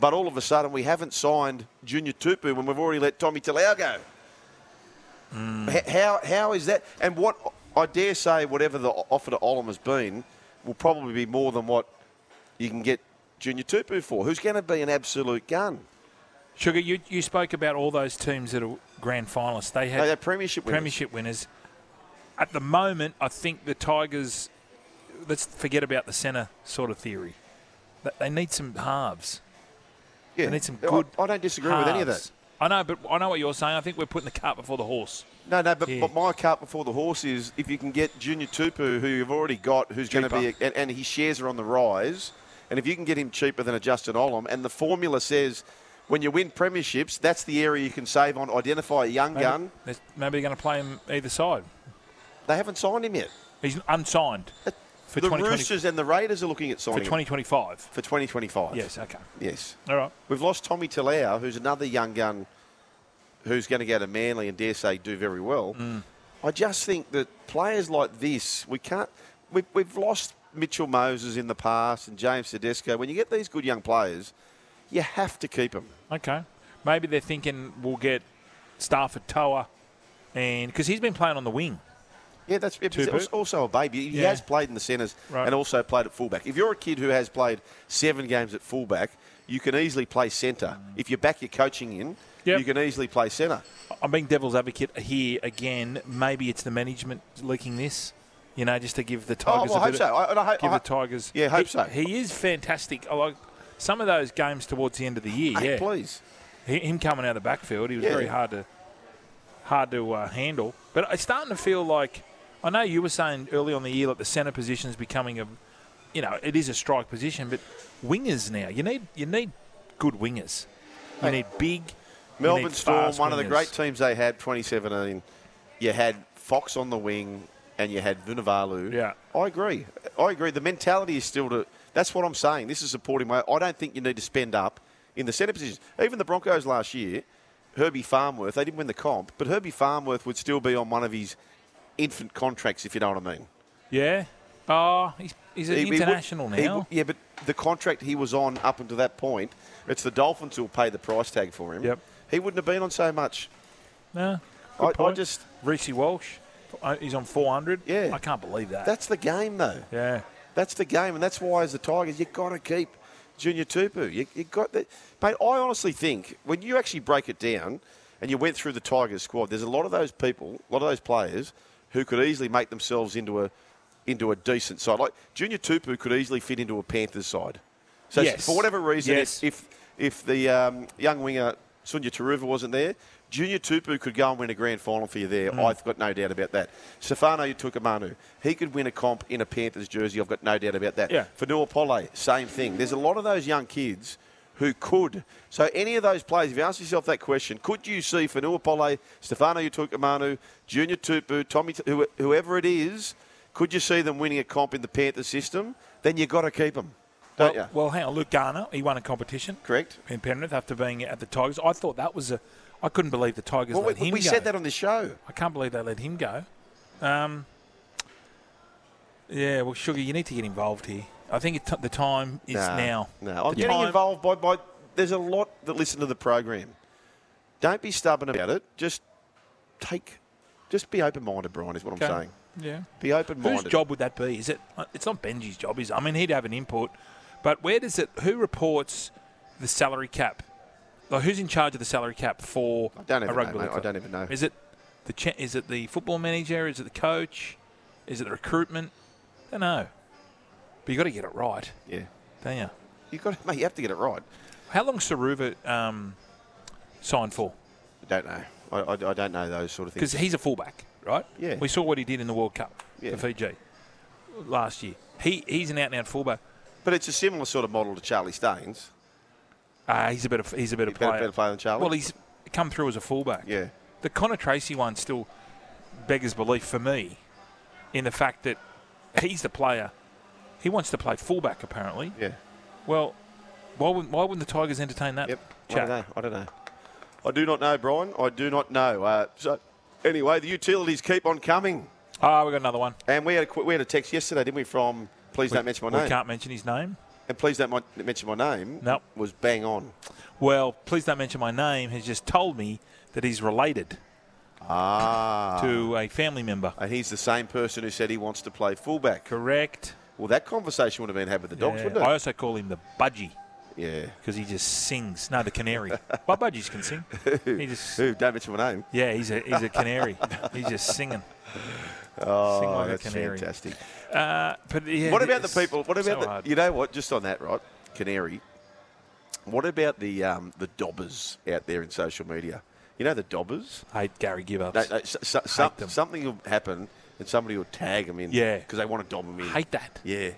Speaker 2: but all of a sudden, we haven't signed Junior Tupu when we've already let Tommy Talau go.
Speaker 3: Hmm.
Speaker 2: H- How, how is that? And what I dare say, whatever the o- offer to Olam has been, will probably be more than what you can get Junior Tupu for, who's going to be an absolute gun.
Speaker 3: Sugar, you, you spoke about all those teams that are grand finalists. They had
Speaker 2: They are premiership winners.
Speaker 3: premiership winners. At the moment, I think the Tigers. Let's forget about the centre sort of theory. They- They need some halves.
Speaker 2: Yeah.
Speaker 3: They need some
Speaker 2: I-
Speaker 3: good.
Speaker 2: I, don't disagree with any of that.
Speaker 3: halves. I know, but I know what you're saying. I think we're putting the cart before the horse.
Speaker 2: No, no, but,
Speaker 3: Yeah.
Speaker 2: but my cart before the horse is if you can get Junior Tupu, who you've already got, who's going to be, and, and his shares are on the rise, and if you can get him cheaper than a Justin Olam, and the formula says when you win premierships, that's the area you can save on. Identify a young
Speaker 3: Maybe-
Speaker 2: gun.
Speaker 3: there's- Maybe they're going to play him either side.
Speaker 2: They haven't signed him yet.
Speaker 3: He's unsigned for
Speaker 2: the
Speaker 3: 2020
Speaker 2: Roosters and the Raiders are looking at
Speaker 3: for
Speaker 2: signing him
Speaker 3: 2025.
Speaker 2: for 2025.
Speaker 3: Yes. Okay.
Speaker 2: Yes.
Speaker 3: All right.
Speaker 2: We've lost Tommy Talau, who's another young gun who's going to go to Manly and dare say do very well.
Speaker 3: Mm.
Speaker 2: I just think that players like this, we can't. We've, we've lost Mitchell Moses in the past and James Tedesco. When you get these good young players, you have to keep them.
Speaker 3: Okay. Maybe they're thinking we'll get Stafford Toa, and because he's been playing on the wing.
Speaker 2: Yeah, that's yeah, but
Speaker 3: Two
Speaker 2: he's
Speaker 3: boot.
Speaker 2: also a baby. He
Speaker 3: Yeah.
Speaker 2: has played in the centres
Speaker 3: Right.
Speaker 2: and also played at fullback. If you're a kid who has played seven games at fullback, you can easily play centre. If you back your coaching in,
Speaker 3: Mm. Yep.
Speaker 2: you can easily play centre.
Speaker 3: I'm being devil's advocate here again. Maybe it's the management leaking this, you know, just to give the
Speaker 2: Oh,
Speaker 3: Tigers
Speaker 2: well,
Speaker 3: a
Speaker 2: I hope
Speaker 3: bit
Speaker 2: so.
Speaker 3: of,
Speaker 2: I, and I hope,
Speaker 3: give
Speaker 2: I
Speaker 3: the Tigers.
Speaker 2: Yeah, hope
Speaker 3: he,
Speaker 2: so.
Speaker 3: He is fantastic. I like some of those games towards the end of the year.
Speaker 2: Hey,
Speaker 3: yeah,
Speaker 2: please.
Speaker 3: Hi- him coming out of the backfield, he was
Speaker 2: Yeah.
Speaker 3: very hard to hard to uh, handle. But it's starting to feel like I know you were saying early on the year that the centre position is becoming a, you know, it is a strike position, but wingers now you need you need good wingers. You need big. you
Speaker 2: Melbourne
Speaker 3: need
Speaker 2: Storm,
Speaker 3: fast
Speaker 2: one of the
Speaker 3: wingers.
Speaker 2: great teams they had 2017. You had Fox on the wing and you had Vunivalu.
Speaker 3: Yeah.
Speaker 2: I agree. I agree. The mentality is still to. That's what I'm saying. This is supporting my. I don't think you need to spend up in the centre positions. Even the Broncos last year, Herbie Farmworth, they didn't win the comp, but Herbie Farmworth would still be on one of his infant contracts, if you know what I mean.
Speaker 3: Yeah. Oh, he's, he's an
Speaker 2: He- he would-
Speaker 3: international
Speaker 2: he
Speaker 3: now.
Speaker 2: would- yeah, but the contract he was on up until that point, it's the Dolphins who'll pay the price tag for him.
Speaker 3: Yep.
Speaker 2: He wouldn't have been on so much.
Speaker 3: no.
Speaker 2: I- I
Speaker 3: Good point.
Speaker 2: just-
Speaker 3: Reece Walsh, uh, he's on 400.
Speaker 2: Yeah.
Speaker 3: I can't believe that.
Speaker 2: That's the game, though.
Speaker 3: yeah.
Speaker 2: That's the game, and that's why, as the Tigers, you got to keep Junior Tupu. You, you got that, mate. I honestly think when you actually break it down, and you went through the Tigers squad, there's a lot of those people, a lot of those players, who could easily make themselves into a into a decent side. Like Junior Tupu could easily fit into a Panthers side. So
Speaker 3: Yes.
Speaker 2: for whatever reason,
Speaker 3: Yes.
Speaker 2: if if, if the um, young winger Sunya Taruva wasn't there. Junior Tupu could go and win a grand final for you there.
Speaker 3: Mm.
Speaker 2: I've got no doubt about that. Stefano Utukamanu, he could win a comp in a Panthers jersey. I've got no doubt about that.
Speaker 3: Yeah.
Speaker 2: For Noah Pole, same thing. There's a lot of those young kids who could. So any of those players, if you ask yourself that question, could you see Fanua Pole, Stefano Utukamanu, Junior Tupu, Tommy, T- who- whoever it is, could you see them winning a comp in the Panthers system? Then you got to keep them, don't
Speaker 3: Well,
Speaker 2: you?
Speaker 3: well, hang on. Luke Garner, he won a competition.
Speaker 2: Correct.
Speaker 3: in Penrith after being at the Tigers. I thought that was a. I couldn't believe the Tigers
Speaker 2: Well,
Speaker 3: let
Speaker 2: we
Speaker 3: him
Speaker 2: we
Speaker 3: go.
Speaker 2: said that on the show.
Speaker 3: I can't believe they let him go. Um, yeah, well, Sugar, you need to get involved here. I think it t- the time is now.
Speaker 2: No, I'm
Speaker 3: The
Speaker 2: getting
Speaker 3: time-
Speaker 2: involved by, by. There's a lot that listen to the program. Don't be stubborn about it. Just take. Just be open minded, Brian, is what
Speaker 3: Okay.
Speaker 2: I'm saying.
Speaker 3: Yeah.
Speaker 2: Be open
Speaker 3: Whose
Speaker 2: minded.
Speaker 3: job would that be? Is it? uh, It's not Benji's job. Is I mean, he'd have an input, but where does it? Who reports the salary cap? Like, who's in charge of the salary cap for I
Speaker 2: don't even
Speaker 3: a rugby
Speaker 2: know,
Speaker 3: league
Speaker 2: mate. I
Speaker 3: club?
Speaker 2: don't even know.
Speaker 3: Is it the cha- is it the football manager? Is it the coach? Is it the recruitment? I don't know. But you got to get it right,
Speaker 2: Yeah.
Speaker 3: don't you?
Speaker 2: You got to, mate, you have to get it right.
Speaker 3: How long Saruva um, signed for?
Speaker 2: I don't know. I, I, I don't know those sort of
Speaker 3: Because
Speaker 2: things.
Speaker 3: he's a fullback, right?
Speaker 2: Yeah.
Speaker 3: We saw what he did in the World Cup
Speaker 2: Yeah.
Speaker 3: for Fiji last year. He he's an out and out fullback.
Speaker 2: But it's a similar sort of model to Charlie Staines.
Speaker 3: Ah, he's a better he's a better
Speaker 2: He's a better-
Speaker 3: player.
Speaker 2: better player than Charlie?
Speaker 3: Well, he's come through as a fullback.
Speaker 2: Yeah.
Speaker 3: The Connor Tracy one still beggars belief for me, in the fact that he's the player. He wants to play fullback apparently.
Speaker 2: Yeah.
Speaker 3: Well, why wouldn't why wouldn't the Tigers entertain that?
Speaker 2: Yep. I
Speaker 3: Chat?
Speaker 2: don't know. I don't know. I do not know, Brian. I do not know. Uh, so, anyway, the utilities keep on coming.
Speaker 3: Ah, we got another one.
Speaker 2: And we had a, qu- we had a text yesterday, didn't we, from please don't mention
Speaker 3: we
Speaker 2: my name.
Speaker 3: can't mention his name.
Speaker 2: And please don't mon- mention my name.
Speaker 3: Nope.
Speaker 2: Was bang on.
Speaker 3: Well, please don't mention my name. Has just told me that he's related
Speaker 2: Ah.
Speaker 3: to a family member.
Speaker 2: And he's the same person who said he wants to play fullback.
Speaker 3: Correct.
Speaker 2: Well, that conversation would have been had with the dogs,
Speaker 3: Yeah.
Speaker 2: wouldn't it?
Speaker 3: I also call him the budgie.
Speaker 2: yeah.
Speaker 3: because he just sings. No, the canary. My budgies can sing. He just
Speaker 2: Who? Don't mention my name.
Speaker 3: yeah, he's a he's a canary. he's just singing.
Speaker 2: Oh,
Speaker 3: Sing like a
Speaker 2: that's
Speaker 3: canary.
Speaker 2: fantastic.
Speaker 3: Uh, but yeah,
Speaker 2: What about the
Speaker 3: it's
Speaker 2: people? What
Speaker 3: so
Speaker 2: about
Speaker 3: hard.
Speaker 2: the, you know what? Just on that, right? Canary. What about the um, the dobbers out there in social media? You know the dobbers.
Speaker 3: hate Gary Gibbs?
Speaker 2: No, no, so, so, so-
Speaker 3: them.
Speaker 2: something will happen, and somebody will tag them in.
Speaker 3: Yeah.
Speaker 2: because they want to dob them in.
Speaker 3: Hate that.
Speaker 2: Yeah.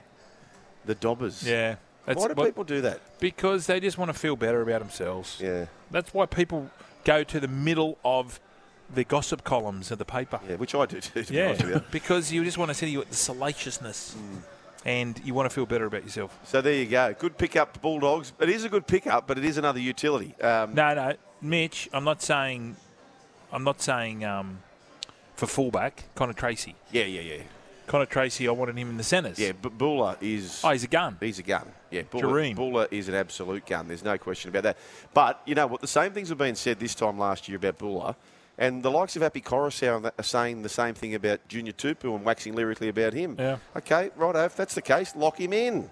Speaker 2: The dobbers.
Speaker 3: Yeah, that's
Speaker 2: Why do
Speaker 3: what-
Speaker 2: people do that?
Speaker 3: Because they just want to feel better about themselves.
Speaker 2: Yeah.
Speaker 3: That's why people go to the middle of the gossip columns of the paper.
Speaker 2: Yeah, which I do too, to be
Speaker 3: Yeah,
Speaker 2: honest with you.
Speaker 3: because you just want to see you at the salaciousness,
Speaker 2: Mm.
Speaker 3: and you want to feel better about yourself.
Speaker 2: So there you go. Good pickup, Bulldogs. It is a good pickup, but it is another utility. Um,
Speaker 3: No, no, Mitch, I'm not saying I'm not saying um, for fullback, Connor Tracy.
Speaker 2: Yeah, yeah, yeah.
Speaker 3: Connor Tracy, I wanted him in the centres.
Speaker 2: Yeah, but Buller is.
Speaker 3: Oh, he's a gun.
Speaker 2: He's a gun. Yeah, Buller,
Speaker 3: Jareem.
Speaker 2: Buller is an absolute gun. There's no question about that. But you know what? The same things have been said this time last year about Buller, and the likes of Happy Coruscant and that are saying the same thing about Junior Tupu and waxing lyrically about him.
Speaker 3: Yeah.
Speaker 2: Okay, righto. If that's the case, lock him in.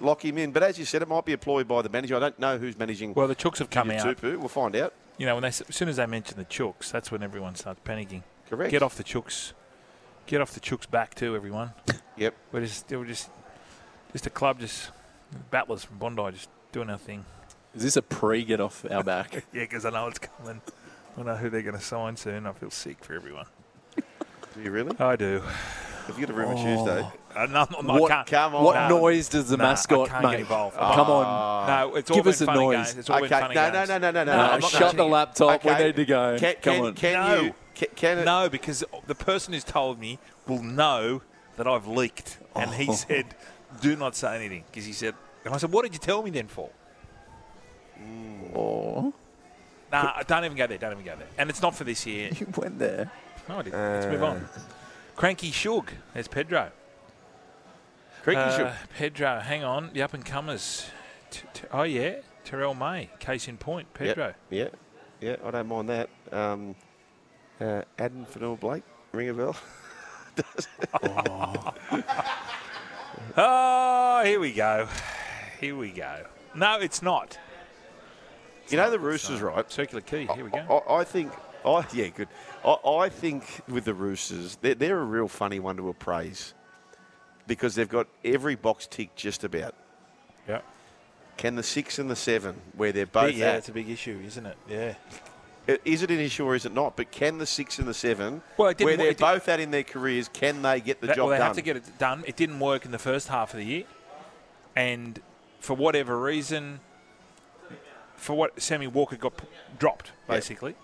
Speaker 2: Lock him in. But as you said, it might be a ploy by the manager. I don't know who's managing
Speaker 3: Well, the Chooks have come
Speaker 2: Junior
Speaker 3: out.
Speaker 2: Tupu. We'll find out.
Speaker 3: You know, when they, as soon as they mention the Chooks, that's when everyone starts panicking.
Speaker 2: Correct.
Speaker 3: Get off the Chooks. Get off the Chooks back too, everyone.
Speaker 2: Yep.
Speaker 3: We're just, we're just, just a club, just battlers from Bondi, just doing our thing.
Speaker 5: Is this a pre get off our back?
Speaker 3: Yeah, because I know it's coming. I know who they're going to sign soon. I feel sick for everyone.
Speaker 2: Do you really?
Speaker 3: I do.
Speaker 2: If you get a
Speaker 3: oh.
Speaker 2: room on Tuesday,
Speaker 3: I, Uh, no, I'm not- I
Speaker 5: what
Speaker 3: can't.
Speaker 2: come on.
Speaker 5: what
Speaker 2: Nah.
Speaker 5: noise does the
Speaker 3: Nah, I
Speaker 5: mascot
Speaker 3: can't get
Speaker 5: make?
Speaker 3: involved. Ah.
Speaker 5: Come on.
Speaker 2: Uh,
Speaker 3: No, it's all
Speaker 5: Give
Speaker 3: been
Speaker 5: us a
Speaker 3: fun and
Speaker 5: noise.
Speaker 3: games. It's all been fun
Speaker 2: okay.
Speaker 3: and
Speaker 2: No, no,
Speaker 3: games.
Speaker 2: no, no, no, no.
Speaker 5: Nah,
Speaker 2: I'm not
Speaker 5: shut the
Speaker 2: touching it.
Speaker 5: laptop. We
Speaker 2: Okay.
Speaker 5: need to go.
Speaker 2: Can,
Speaker 5: Come
Speaker 2: can,
Speaker 5: on.
Speaker 2: Can
Speaker 3: No.
Speaker 2: you? Can, can it,
Speaker 3: No, because the person who's told me will know that I've leaked, and
Speaker 2: Oh.
Speaker 3: he said, "Do not say anything," because he said. And I said, "What did you tell me then for?"
Speaker 2: Mm.
Speaker 5: Oh,
Speaker 3: Nah, don't even go there. Don't even go there. And it's not for this year.
Speaker 5: you went there.
Speaker 3: No, I didn't. Let's move on.
Speaker 2: Uh.
Speaker 3: Cranky Shug as Pedro.
Speaker 2: Creaky
Speaker 3: Uh,
Speaker 2: shook.
Speaker 3: Pedro, hang on. The up and comers. T- t- oh yeah, Terrell May. Case in point, Pedro.
Speaker 2: Yeah, yeah, I don't mind that. Um, uh, Adam Fennell Blake, ring a bell.
Speaker 3: Oh, here we go. Here we go. No, it's not.
Speaker 2: you know the Roosters, right?
Speaker 3: Circular key. Here we go.
Speaker 2: I, I think. I, yeah, good. I, I think with the Roosters, they're, they're a real funny one to appraise because they've got every box ticked just about.
Speaker 3: Yeah.
Speaker 2: Can the six and the seven, where they're both
Speaker 3: yeah,
Speaker 2: at,
Speaker 3: it's oh, a big issue, isn't it? Yeah.
Speaker 2: i- is it an issue or is it not? But can the six and the seven,
Speaker 3: Well, it didn't
Speaker 2: where
Speaker 3: wo-
Speaker 2: they're
Speaker 3: it didn't-
Speaker 2: both at in their careers, can they get the
Speaker 3: That-
Speaker 2: job
Speaker 3: well, they
Speaker 2: done?
Speaker 3: have to get it done. It didn't work in the first half of the year, and for whatever reason, for what Sammy Walker got p- dropped basically,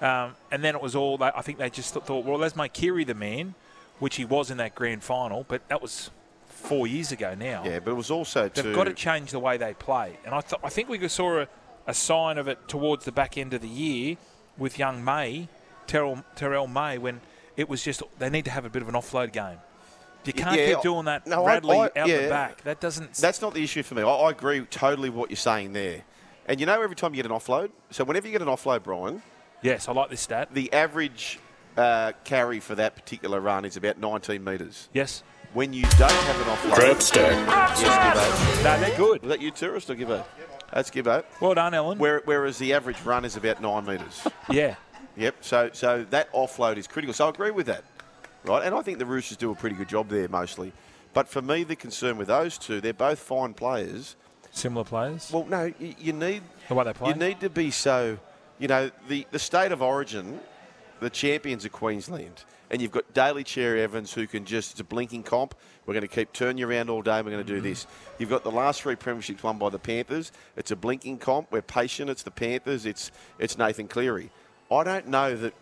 Speaker 3: um, and then it was all. They, I think they just thought, well, let's make Kiri the man, which he was in that grand final, but that was four years ago now.
Speaker 2: yeah, but it was also
Speaker 3: They've
Speaker 2: to
Speaker 3: got to change the way they play. And I, th- I think we saw a, a sign of it towards the back end of the year with young May, Terrell, Terrell May, when it was just they need to have a bit of an offload game. You can't
Speaker 2: Yeah,
Speaker 3: keep doing that
Speaker 2: no, I-
Speaker 3: Radley
Speaker 2: I-
Speaker 3: out
Speaker 2: yeah.
Speaker 3: the back. That doesn't.
Speaker 2: That's not the issue for me. I, I agree totally with what you're saying there. And you know, every time you get an offload, so whenever you get an offload, Brian,
Speaker 3: yes, I like this stat.
Speaker 2: the average uh, carry for that particular run is about 19 metres.
Speaker 3: Yes.
Speaker 2: When you don't have an offload, yes, Gibbo.
Speaker 3: No, they're good.
Speaker 2: Was that you, tourist, or Gibbo? That's Gibbo.
Speaker 3: Well done, Ellen.
Speaker 2: Where, whereas the average run is about nine metres.
Speaker 3: yeah.
Speaker 2: Yep. So so that offload is critical. So I agree with that, right? And I think the Roosters do a pretty good job there mostly. But for me, the concern with those two, they're both fine players.
Speaker 3: Similar players.
Speaker 2: Well, no, you, you need
Speaker 3: The way they play?
Speaker 2: You need to be so, you know, the, the state of origin, the champions are Queensland, and you've got Daly Cherry Evans who can just it's a blinking comp. We're going to keep turning you around all day. We're going
Speaker 3: Mm-hmm.
Speaker 2: to do this. You've got the last three premierships won by the Panthers. It's a blinking comp. We're patient. It's the Panthers. It's it's Nathan Cleary. I don't know that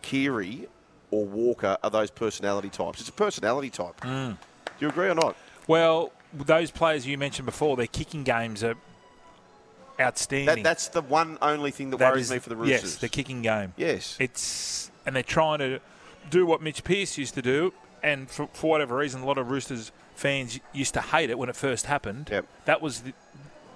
Speaker 2: Keary or Walker are those personality types. It's a personality type.
Speaker 3: Mm.
Speaker 2: Do you agree or not?
Speaker 3: Well, those players you mentioned before, their kicking games are outstanding.
Speaker 2: That, that's the one only thing that,
Speaker 3: That
Speaker 2: worries
Speaker 3: is-
Speaker 2: me for the Roosters.
Speaker 3: Yes, the kicking game.
Speaker 2: Yes.
Speaker 3: It's and they're trying to do what Mitch Pearce used to do, and for, for whatever reason, a lot of Roosters fans used to hate it when it first happened.
Speaker 2: Yep.
Speaker 3: That was the,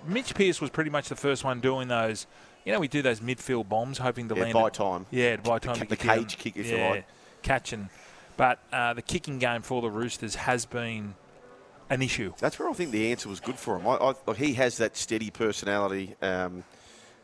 Speaker 3: Mitch Pearce was pretty much the first one doing those. You know, we do those midfield bombs, hoping to
Speaker 2: Yeah,
Speaker 3: land
Speaker 2: buy
Speaker 3: it-
Speaker 2: time.
Speaker 3: Yeah, to buy time.
Speaker 2: ca-
Speaker 3: to
Speaker 2: the
Speaker 3: get
Speaker 2: cage
Speaker 3: them-
Speaker 2: kick, if you
Speaker 3: yeah,
Speaker 2: like.
Speaker 3: catching. But uh, the kicking game for the Roosters has been an issue.
Speaker 2: That's where I think the answer was good for him. I, I, like, he has that steady personality, um,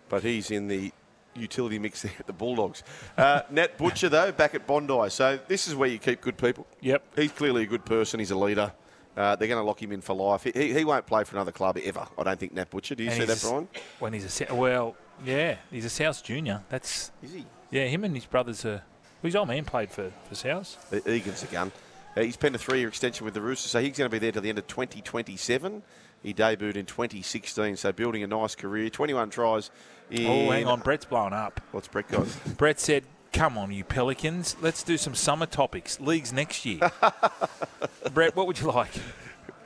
Speaker 2: but he's in the utility mix there at the Bulldogs. Uh, Nat Butcher, though, back at Bondi. So this is where you keep good people.
Speaker 3: Yep.
Speaker 2: He's clearly a good person. He's a leader. Uh, they're going to lock him in for life. He, he, he won't play for another club ever, I don't think, Nat Butcher. Do you
Speaker 3: And
Speaker 2: see
Speaker 3: he's
Speaker 2: that,
Speaker 3: a s-
Speaker 2: Brian?
Speaker 3: When he's a Sou- well, yeah, he's a South junior. That's
Speaker 2: Is he?
Speaker 3: Yeah, him and his brothers are. Well, his old man played for for South.
Speaker 2: E- Egan's a gun. Uh, he's penned a three-year extension with the Roosters, so he's going to be there till the end of 2027. He debuted in 2016, so building a nice career. 21 tries. In,
Speaker 3: Oh, hang on, Brett's blown up.
Speaker 2: What's Brett got?
Speaker 3: Brett said, "Come on, you Pelicans, let's do some summer topics. Leagues next year." Brett, what would you like?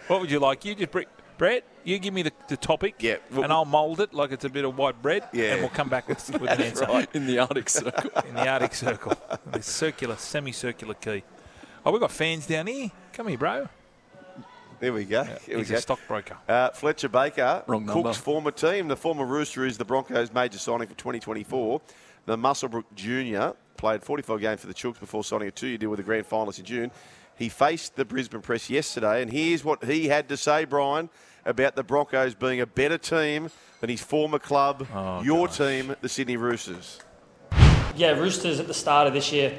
Speaker 3: What would you like? You just Brett, Brett, you give me the, the topic,
Speaker 2: Yeah.
Speaker 3: and I'll mould it like it's a bit of white bread,
Speaker 2: Yeah.
Speaker 3: and we'll come back with, with an answer
Speaker 5: in the Arctic Circle.
Speaker 3: in the Arctic Circle, in this circular, semicircular key. Oh, we've got fans down here. Come here, bro.
Speaker 2: There we go. Here we
Speaker 3: He's
Speaker 2: go.
Speaker 3: a stockbroker.
Speaker 2: Uh, Fletcher Baker,
Speaker 5: Wrong
Speaker 2: Cook's
Speaker 5: number.
Speaker 2: former team, the former Rooster, is the Broncos' major signing for 2024. The Musselbrook Junior played 45 games for the Chooks before signing a two-year deal with the Grand Finalists in June. He faced the Brisbane Press yesterday, and here's what he had to say, Brian, about the Broncos being a better team than his former club,
Speaker 3: Oh,
Speaker 2: your team, the Sydney Roosters.
Speaker 6: Yeah, Roosters at the start of this year,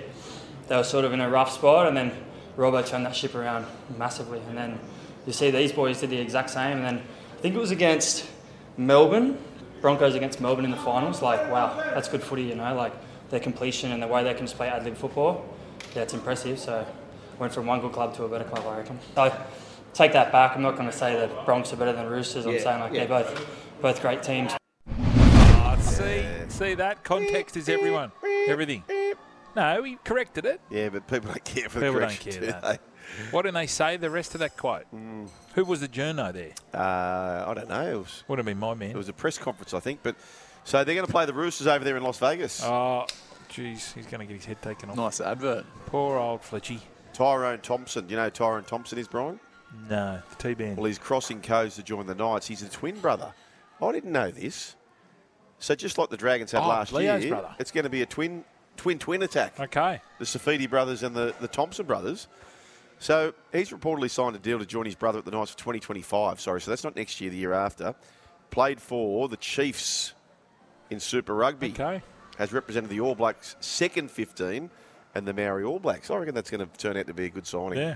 Speaker 6: they were sort of in a rough spot, and then Robo turned that ship around massively. And then you see these boys did the exact same. And then I think it was against Melbourne, Broncos against Melbourne in the finals. Like, wow, that's good footy, you know, like their completion and the way they can just play ad lib football. Yeah, it's impressive. So went from one good club to a better club, I reckon. I take that back. I'm not going to say that Bronx are better than Roosters. I'm saying like they're both both great teams.
Speaker 3: Ah, see, see that context is everyone, everything. No, he corrected it.
Speaker 2: Yeah, but people don't care for the
Speaker 3: People don't
Speaker 2: correction,
Speaker 3: care,
Speaker 2: do
Speaker 3: no.
Speaker 2: they?
Speaker 3: Why didn't they say the rest of that quote?
Speaker 7: Mm.
Speaker 3: Who was the journo there?
Speaker 2: Uh, I don't know. It was,
Speaker 3: Would have been my
Speaker 2: it
Speaker 3: man.
Speaker 2: was a press conference, I think. But so they're going to play the Roosters over there in Las Vegas.
Speaker 3: Oh, jeez, he's going to get his head taken off.
Speaker 5: nice advert.
Speaker 3: Poor old Fletchy.
Speaker 2: Tyrone Thompson. You know who Tyrone Thompson is, Brian?
Speaker 3: No, the T band.
Speaker 2: Well, he's crossing codes to join the Knights. He's a twin brother. I didn't know this. So just like the Dragons had
Speaker 3: Oh,
Speaker 2: last
Speaker 3: Leo's
Speaker 2: year,
Speaker 3: brother.
Speaker 2: it's going to be a twin, twin, twin attack.
Speaker 3: Okay.
Speaker 2: The Safidi brothers and the, the Thompson brothers. So he's reportedly signed a deal to join his brother at the Knights for 2025. Sorry, so that's not next year, the year after. Played for the Chiefs in Super Rugby.
Speaker 3: Okay.
Speaker 2: Has represented the All Blacks second 15 and the Maori All Blacks. I reckon that's going to turn out to be a good signing.
Speaker 3: Yeah.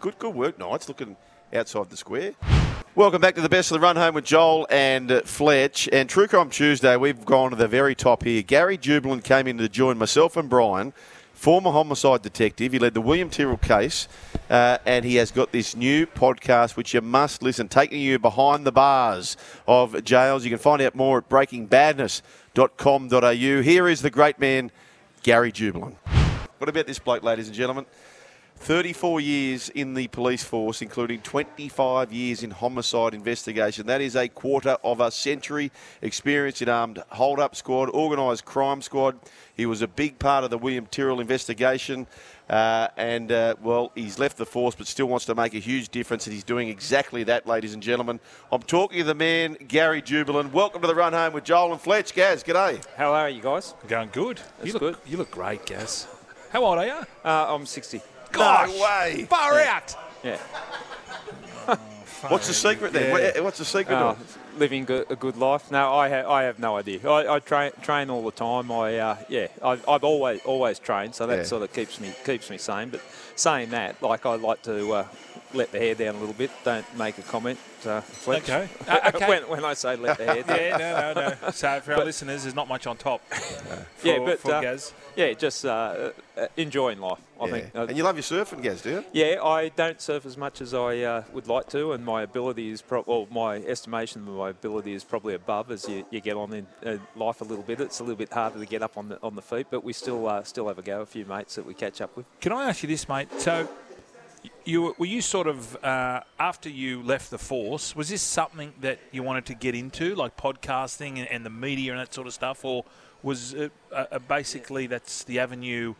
Speaker 2: Good, good work, Knights, looking outside the square. Welcome back to the best of the run home with Joel and uh, Fletch. And True Crime Tuesday, we've gone to the very top here. Gary Jubilant came in to join myself and Brian, former homicide detective. He led the William Tyrrell case, uh, and he has got this new podcast which you must listen, taking you behind the bars of jails. You can find out more at breakingbadness.com.au. Here is the great man, Gary Jubilant. What about this bloke, ladies and gentlemen? 34 years in the police force, including 25 years in homicide investigation. That is a quarter of a century experience in armed hold-up squad, organised crime squad. He was a big part of the William Tyrrell investigation, uh, and uh, well, he's left the force, but still wants to make a huge difference, and he's doing exactly that, ladies and gentlemen. I'm talking to the man, Gary Jubilant. Welcome to the run home with Joel and Fletch. Gaz, g'day.
Speaker 7: How are you guys?
Speaker 3: Going good. you look
Speaker 7: good.
Speaker 3: you look great, Gaz. How old are you?
Speaker 7: Uh, I'm 60.
Speaker 3: Gosh.
Speaker 2: No way.
Speaker 3: Far out.
Speaker 7: Yeah.
Speaker 2: What's the secret then? What- What's the secret?
Speaker 6: Oh,
Speaker 7: Uh,
Speaker 2: to it?
Speaker 7: living good, a good life. No, I, ha- I have no idea. I, I tra- train all the time. I uh, yeah, I've, I've always always trained, so that
Speaker 2: Yeah.
Speaker 7: sort of keeps me keeps me sane. But saying that, like I like to uh, let the hair down a little bit. Don't make a comment. Uh, Fletch.
Speaker 3: Okay. Uh, okay.
Speaker 7: when, when I say let the hair down.
Speaker 3: Yeah, no, no, no. So for our listeners, there's not much on top.
Speaker 7: yeah,
Speaker 3: for-
Speaker 7: but
Speaker 3: for
Speaker 7: uh,
Speaker 3: Gaz.
Speaker 7: yeah, just uh, uh, enjoying life. I
Speaker 2: Yeah.
Speaker 7: think. Uh,
Speaker 2: and you love your surfing, Gaz, do you?
Speaker 7: Yeah, I don't surf as much as I uh, would like to, and my ability is prob well, my estimation of my ability is probably above as you, you get on in uh, life a little bit. It's a little bit harder to get up on the on the feet, but we still uh, still have a go. A few mates that we catch up with.
Speaker 3: Can I ask you this, mate? So, you were- were you sort of uh, after you left the force? Was this something that you wanted to get into, like podcasting and, and the media and that sort of stuff, or was it, uh, uh, basically that's the avenue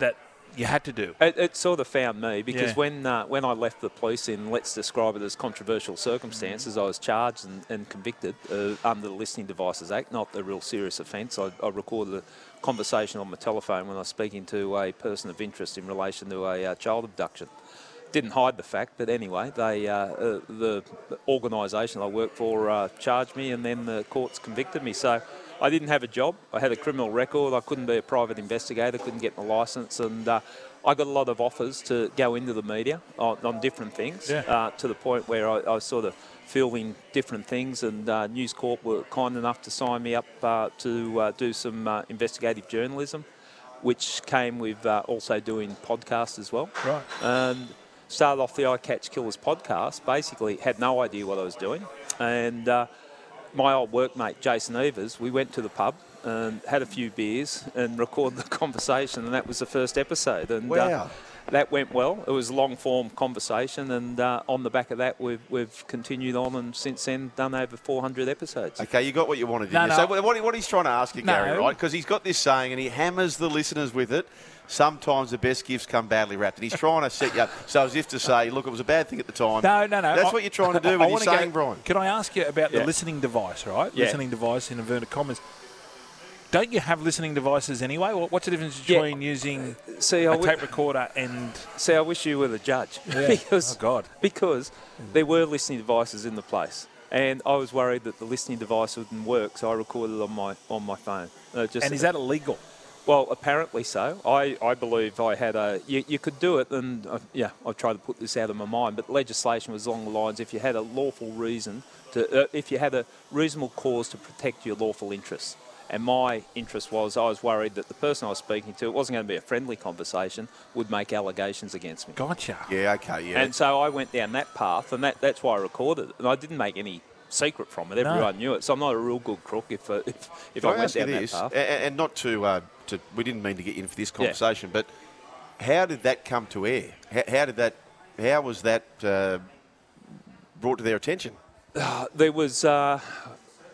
Speaker 3: that you had to do?
Speaker 7: It, it sort of found me because
Speaker 3: Yeah.
Speaker 7: when uh, when I left the police in let's describe it as controversial circumstances, I was charged and, and convicted uh, under the Listening Devices Act, not a real serious offence. I, I recorded a conversation on my telephone when I was speaking to a person of interest in relation to a uh, child abduction. Didn't hide the fact, but anyway, they uh, uh, the organisation I work for uh, charged me, and then the courts convicted me. So. I didn't have a job. I had a criminal record. I couldn't be a private investigator. Couldn't get my license, and uh, I got a lot of offers to go into the media on, on different things.
Speaker 3: Yeah.
Speaker 7: Uh, to the point where I, I was sort of fielding different things, and uh, News Corp were kind enough to sign me up uh, to uh, do some uh, investigative journalism, which came with uh, also doing podcasts as well.
Speaker 3: Right.
Speaker 7: And started off the Eye Catch Killers podcast. Basically, had no idea what I was doing, and. Uh, my old workmate Jason Evers, we went to the pub and had a few beers and recorded the conversation, and that was the first episode. And
Speaker 2: Wow.
Speaker 7: that went well. It was long form conversation, and uh, on the back of that, we've, we've continued on and since then done over 400 episodes.
Speaker 2: Okay, you got what you wanted, didn't
Speaker 3: No,
Speaker 2: you?
Speaker 3: no.
Speaker 2: So what, what he- what he's trying to ask you,
Speaker 3: No.
Speaker 2: Gary, right? Because he's got this saying and he hammers the listeners with it. Sometimes the best gifts come badly wrapped, and he's trying to set you up so as if to say, "Look, it was a bad thing at the time."
Speaker 3: No, no, no.
Speaker 2: That's
Speaker 3: I-
Speaker 2: what you're trying to do
Speaker 3: I
Speaker 2: when you're
Speaker 3: wanna go-
Speaker 2: saying, Brian.
Speaker 3: Can I ask you about
Speaker 2: Yeah.
Speaker 3: the listening device, right?
Speaker 2: Yeah.
Speaker 3: Listening device in inverted commas. Don't you have listening devices anyway? What- What's the difference
Speaker 7: Yeah.
Speaker 3: between using
Speaker 7: See,
Speaker 3: a
Speaker 7: I wi-
Speaker 3: tape recorder and
Speaker 7: see, I wish you were the judge because
Speaker 3: Oh God.
Speaker 7: because there were listening devices in the place, and I was worried that the listening device wouldn't work, so I recorded on my on my phone. Uh, just
Speaker 3: And is that illegal?
Speaker 7: Well, apparently so. I, I believe I had a. You, you could do it, and uh, yeah, I tried to put this out of my mind, but legislation was along the lines if you had a lawful reason to. Uh, if you had a reasonable cause to protect your lawful interests. And my interest was I was worried that the person I was speaking to, it wasn't going to be a friendly conversation, would make allegations against me.
Speaker 3: Gotcha.
Speaker 2: Yeah, okay, yeah.
Speaker 7: And so I went down that path, and that, that's why I recorded it. And I didn't make any secret from it. Everyone knew it. So I'm not a real good crook if, uh, if, if I
Speaker 2: Can I
Speaker 7: went
Speaker 2: ask you
Speaker 7: down that
Speaker 2: this,
Speaker 7: path.
Speaker 2: A- a- and not to, uh, to, we didn't mean to get you in for this conversation, but how did that come to air? How, how did that? How was that uh, brought to their attention?
Speaker 7: There was uh,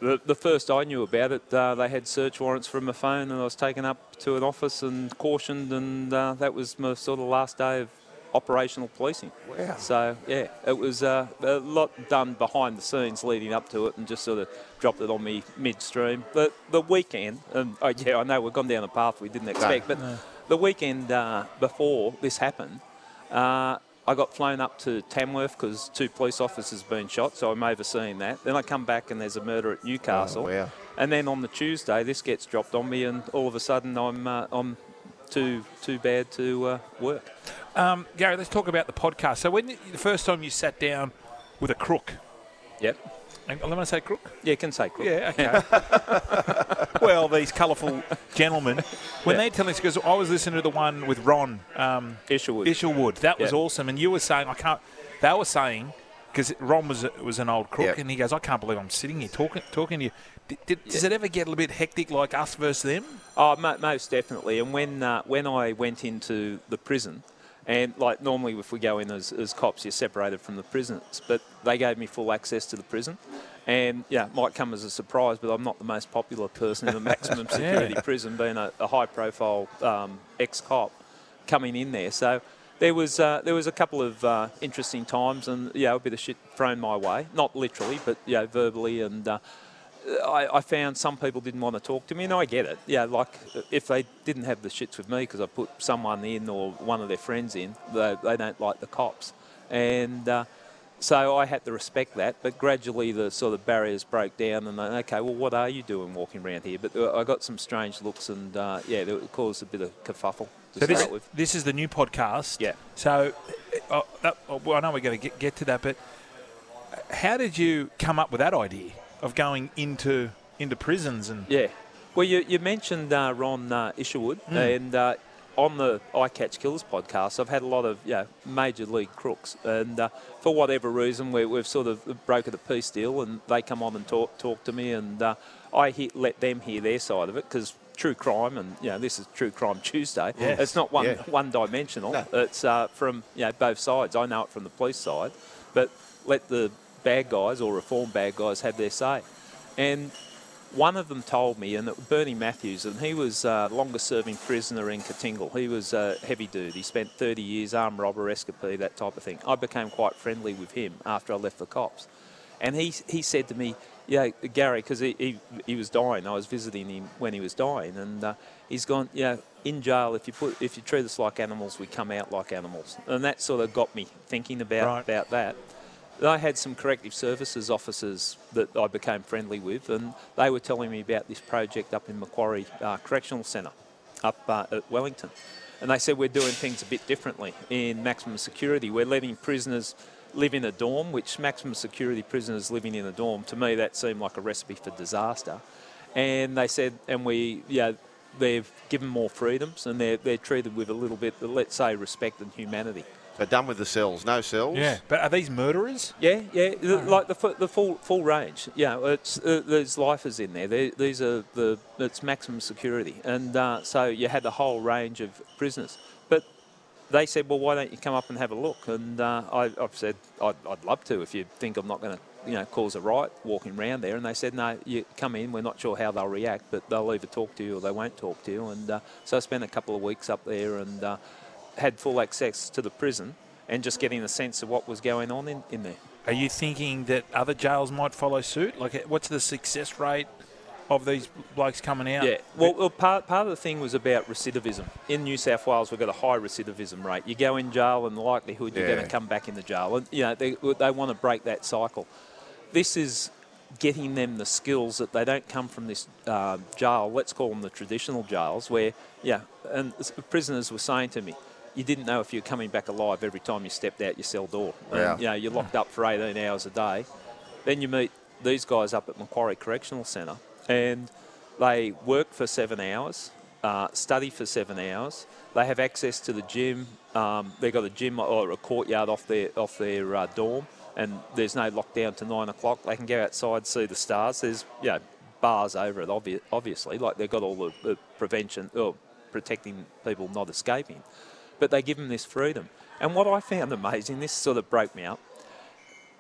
Speaker 7: the, the first I knew about it. Uh, they had search warrants from my phone, and I was taken up to an office and cautioned, and uh, that was my sort of last day of operational policing. Wow. So yeah, it was uh, a lot done behind the scenes leading up to it, and just sort of dropped it on me midstream. The the weekend, and oh, yeah, I know we've gone down a path we didn't expect, but the weekend uh, before this happened. Uh, I got flown up to Tamworth because two police officers had been shot, so I'm overseeing that. Then I come back and there's a murder at Newcastle.
Speaker 2: wow.
Speaker 7: And then on the Tuesday, this gets dropped on me, and all of a sudden I'm uh, I'm too too bad to uh, work.
Speaker 3: Um, Gary, let's talk about the podcast. So when you- the first time you sat down with a crook,
Speaker 7: Yep.
Speaker 3: and I'm going to say crook.
Speaker 7: Yeah, you can say crook.
Speaker 3: Yeah, okay. well, these colourful gentlemen, when they tell us, because I was listening to the one with Ron um,
Speaker 7: Isherwood.
Speaker 3: Isherwood, that was
Speaker 7: Yeah.
Speaker 3: awesome, and you were saying, I can't. They were saying because Ron was was an old crook,
Speaker 2: Yeah.
Speaker 3: and he goes, I can't believe I'm sitting here talking talking to you. Did, did, Does it ever get a little bit hectic, like us versus them?
Speaker 7: Oh, mo- most definitely. And when uh, when I went into the prison, and like normally if we go in as, as cops, you're separated from the prisoners, but they gave me full access to the prison. And yeah, it might come as a surprise, but I'm not the most popular person in the maximum security prison, being a, a high profile um, ex cop coming in there. So there was uh, there was a couple of uh, interesting times, and yeah, a bit of shit thrown my way, not literally, but yeah, verbally and. Uh, I, I found some people didn't want to talk to me, and I get it. Yeah, like if they didn't have the shits with me because I put someone in or one of their friends in, they, they don't like the cops. And uh, so I had to respect that, but gradually the sort of barriers broke down, and I, okay, well, what are you doing walking around here? But uh, I got some strange looks, and uh, yeah, it caused a bit of kerfuffle to
Speaker 3: So
Speaker 7: start
Speaker 3: this,
Speaker 7: with.
Speaker 3: this is the new podcast.
Speaker 7: Yeah.
Speaker 3: So uh, that, uh, well, I know we're going to get, get to that, but uh, how did you come up with that idea of going into into prisons and
Speaker 7: Yeah. Well, you, you mentioned uh, Ron uh, Isherwood, and uh, on the I Catch Killers podcast, I've had a lot of you know, major league crooks, and uh, for whatever reason, we, we've sort of broken a peace deal, and they come on and talk talk to me, and uh, I he let them hear their side of it because true crime, and you know, this is True Crime Tuesday. It's not one
Speaker 2: Yeah.
Speaker 7: one dimensional. It's uh, from you know, both sides. I know it from the police side, but let the bad guys or reform bad guys have their say, and one of them told me, and it, Bernie Matthews, and he was uh, longest serving prisoner in Katingle. He was a heavy dude. He spent 30 years armed robber, escapade, that type of thing. I became quite friendly with him after I left the cops. And he, he said to me, Yeah, Gary, because he, he, he was dying. I was visiting him when he was dying. And uh, he's gone, Yeah, in jail, if you, put, if you treat us like animals, we come out like animals. And that sort of got me thinking about,
Speaker 3: Right.
Speaker 7: about that. I had some corrective services officers that I became friendly with, and they were telling me about this project up in Macquarie uh, Correctional Centre up uh, at Wellington. And they said, We're doing things a bit differently in maximum security. We're letting prisoners live in a dorm, which maximum security prisoners living in a dorm, to me, that seemed like a recipe for disaster. And they said, And we, yeah, they've given more freedoms and they're, they're treated with a little bit, let's say, respect and humanity.
Speaker 2: So done with the cells, no cells.
Speaker 3: But are these murderers?
Speaker 7: Yeah, yeah, the, like the, fu- the full full range. Yeah, it's uh, there's lifers in there. they these are the it's maximum security, and uh, so you had the whole range of prisoners. But they said, well, why don't you come up and have a look? And uh, I, I've said, I'd, I'd love to if you think I'm not going to, you know, cause a riot walking around there. And they said, no, you come in. We're not sure how they'll react, but they'll either talk to you or they won't talk to you. And uh, so I spent a couple of weeks up there and uh, had full access to the prison and just getting a sense of what was going on in, in there.
Speaker 3: Are you thinking that other jails might follow suit? Like, eh, what's the success rate of these blokes coming out?
Speaker 7: Yeah. Well, well part, part of the thing was about recidivism. In New South Wales, we've got a high recidivism rate. You go in jail, and the likelihood you're
Speaker 2: Yeah.
Speaker 7: going to come back in the jail. And, you know, they, they want to break that cycle. This is getting them the skills that they don't come from this uh, jail, let's call them the traditional jails, where, yeah, and s- prisoners were saying to me, you didn't know if you were coming back alive every time you stepped out your cell door. And,
Speaker 2: Wow.
Speaker 7: you know, you're locked up for 18 hours a day. Then you meet these guys up at Macquarie Correctional Centre, and they work for seven hours, uh, study for seven hours. They have access to the gym. Um, they've got a gym or a courtyard off their off their uh, dorm, and there's no lockdown to nine o'clock. They can go outside, see the stars. There's you know, bars over it, obvi- obviously. Like they've got all the, the prevention or protecting people not escaping, but they give them this freedom. And what I found amazing, this sort of broke me up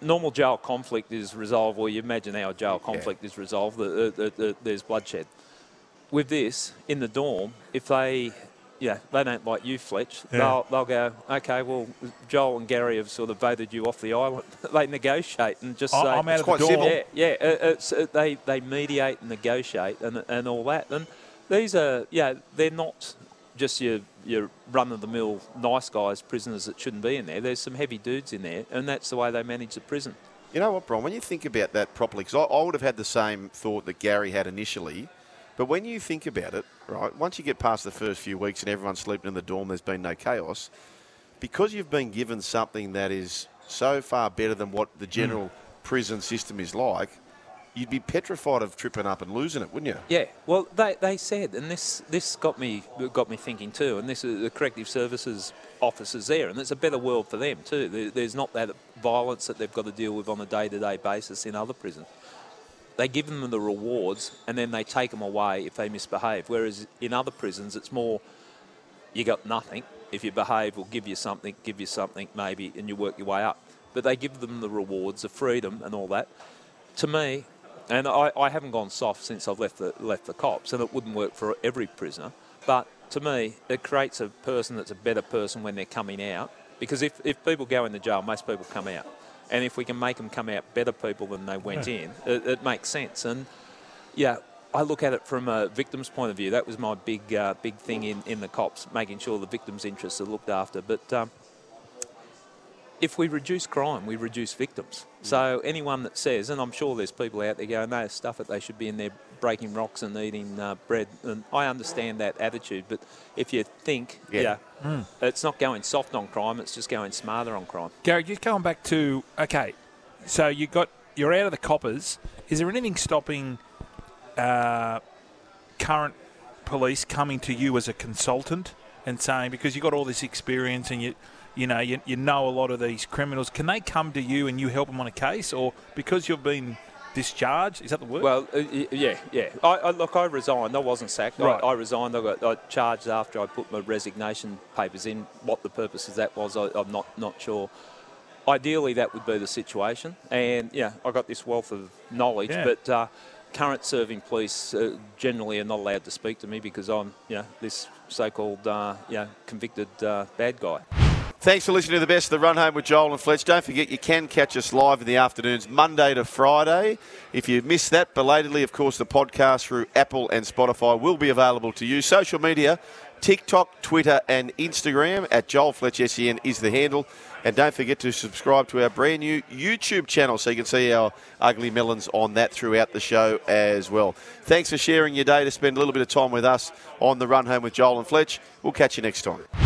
Speaker 7: normal jail conflict is resolved. Well, you imagine how a jail conflict is resolved. The, the, the, the, there's bloodshed. With this in the dorm, if they, yeah, they don't like you, Fletch. They'll, they'll go, okay. Well, Joel and Gary have sort of voted you off the island. they negotiate and just
Speaker 3: I-
Speaker 7: say,
Speaker 3: I'm out of the
Speaker 2: quite
Speaker 3: door.
Speaker 2: civil.
Speaker 7: yeah, yeah. uh, uh, so they they mediate and negotiate and and all that. And these are yeah, they're not just your your run of the mill nice guys prisoners that shouldn't be in there. There's some heavy dudes in there, and that's the way they manage the prison.
Speaker 2: You know what, Bron? When you think about that properly, because I, I would have had the same thought that Gary had initially, but when you think about it, right, once you get past the first few weeks and everyone's sleeping in the dorm, there's been no chaos, because you've been given something that is so far better than what the general prison system is like, you'd be petrified of tripping up and losing it, wouldn't you?
Speaker 7: Yeah, well, they, they said, and this this got me got me thinking too. And this is the corrective services officers there, and it's a better world for them too. There, there's not that violence that they've got to deal with on a day to day basis in other prisons. They give them the rewards, and then they take them away if they misbehave. Whereas in other prisons, it's more you got nothing. If you behave, we'll give you something, give you something maybe, and you work your way up. But they give them the rewards of freedom and all that. To me, and I, I haven't gone soft since I've left the, left the cops, and it wouldn't work for every prisoner. But to me, it creates a person that's a better person when they're coming out. Because if, if people go into jail, most people come out. And if we can make them come out better people than they went in, it, it makes sense. And yeah, I look at it from a victim's point of view. That was my big, uh, big thing in, in the cops, making sure the victims' interests are looked after. But um, if we reduce crime, we reduce victims. So anyone that says, and I'm sure there's people out there going, no, stuff it, they should be in there breaking rocks and eating uh, bread. And I understand that attitude, but if you think,
Speaker 2: Yeah.
Speaker 7: yeah, it's not going soft on crime, it's just going smarter on crime.
Speaker 3: Gary, just going back to okay, so you got you're out of the coppers. Is there anything stopping uh, current police coming to you as a consultant and saying because you got all this experience and you you know you, you know a lot of these criminals, can they come to you and you help them on a case or because you've been discharged? Is that the word?
Speaker 7: Well, uh, y- yeah, yeah. I, I, look, I resigned. I wasn't sacked.
Speaker 3: Right.
Speaker 7: I, I resigned. I got I charged after I put my resignation papers in. What the purpose of that was, I, I'm not not sure. Ideally, that would be the situation. And yeah, I got this wealth of knowledge,
Speaker 3: Yeah.
Speaker 7: but. Uh, Current serving police uh, generally are not allowed to speak to me because I'm, you know, this so-called, uh, you know, convicted uh, bad guy.
Speaker 2: Thanks for listening to the best of the run home with Joel and Fletch. Don't forget you can catch us live in the afternoons, Monday to Friday. If you missed that, belatedly, of course, the podcast through Apple and Spotify will be available to you. Social media, TikTok, Twitter, and Instagram at Joel Fletch SEN is the handle. And don't forget to subscribe to our brand new YouTube channel so you can see our ugly melons on that throughout the show as well. Thanks for sharing your day to spend a little bit of time with us on the run home with Joel and Fletch. We'll catch you next time.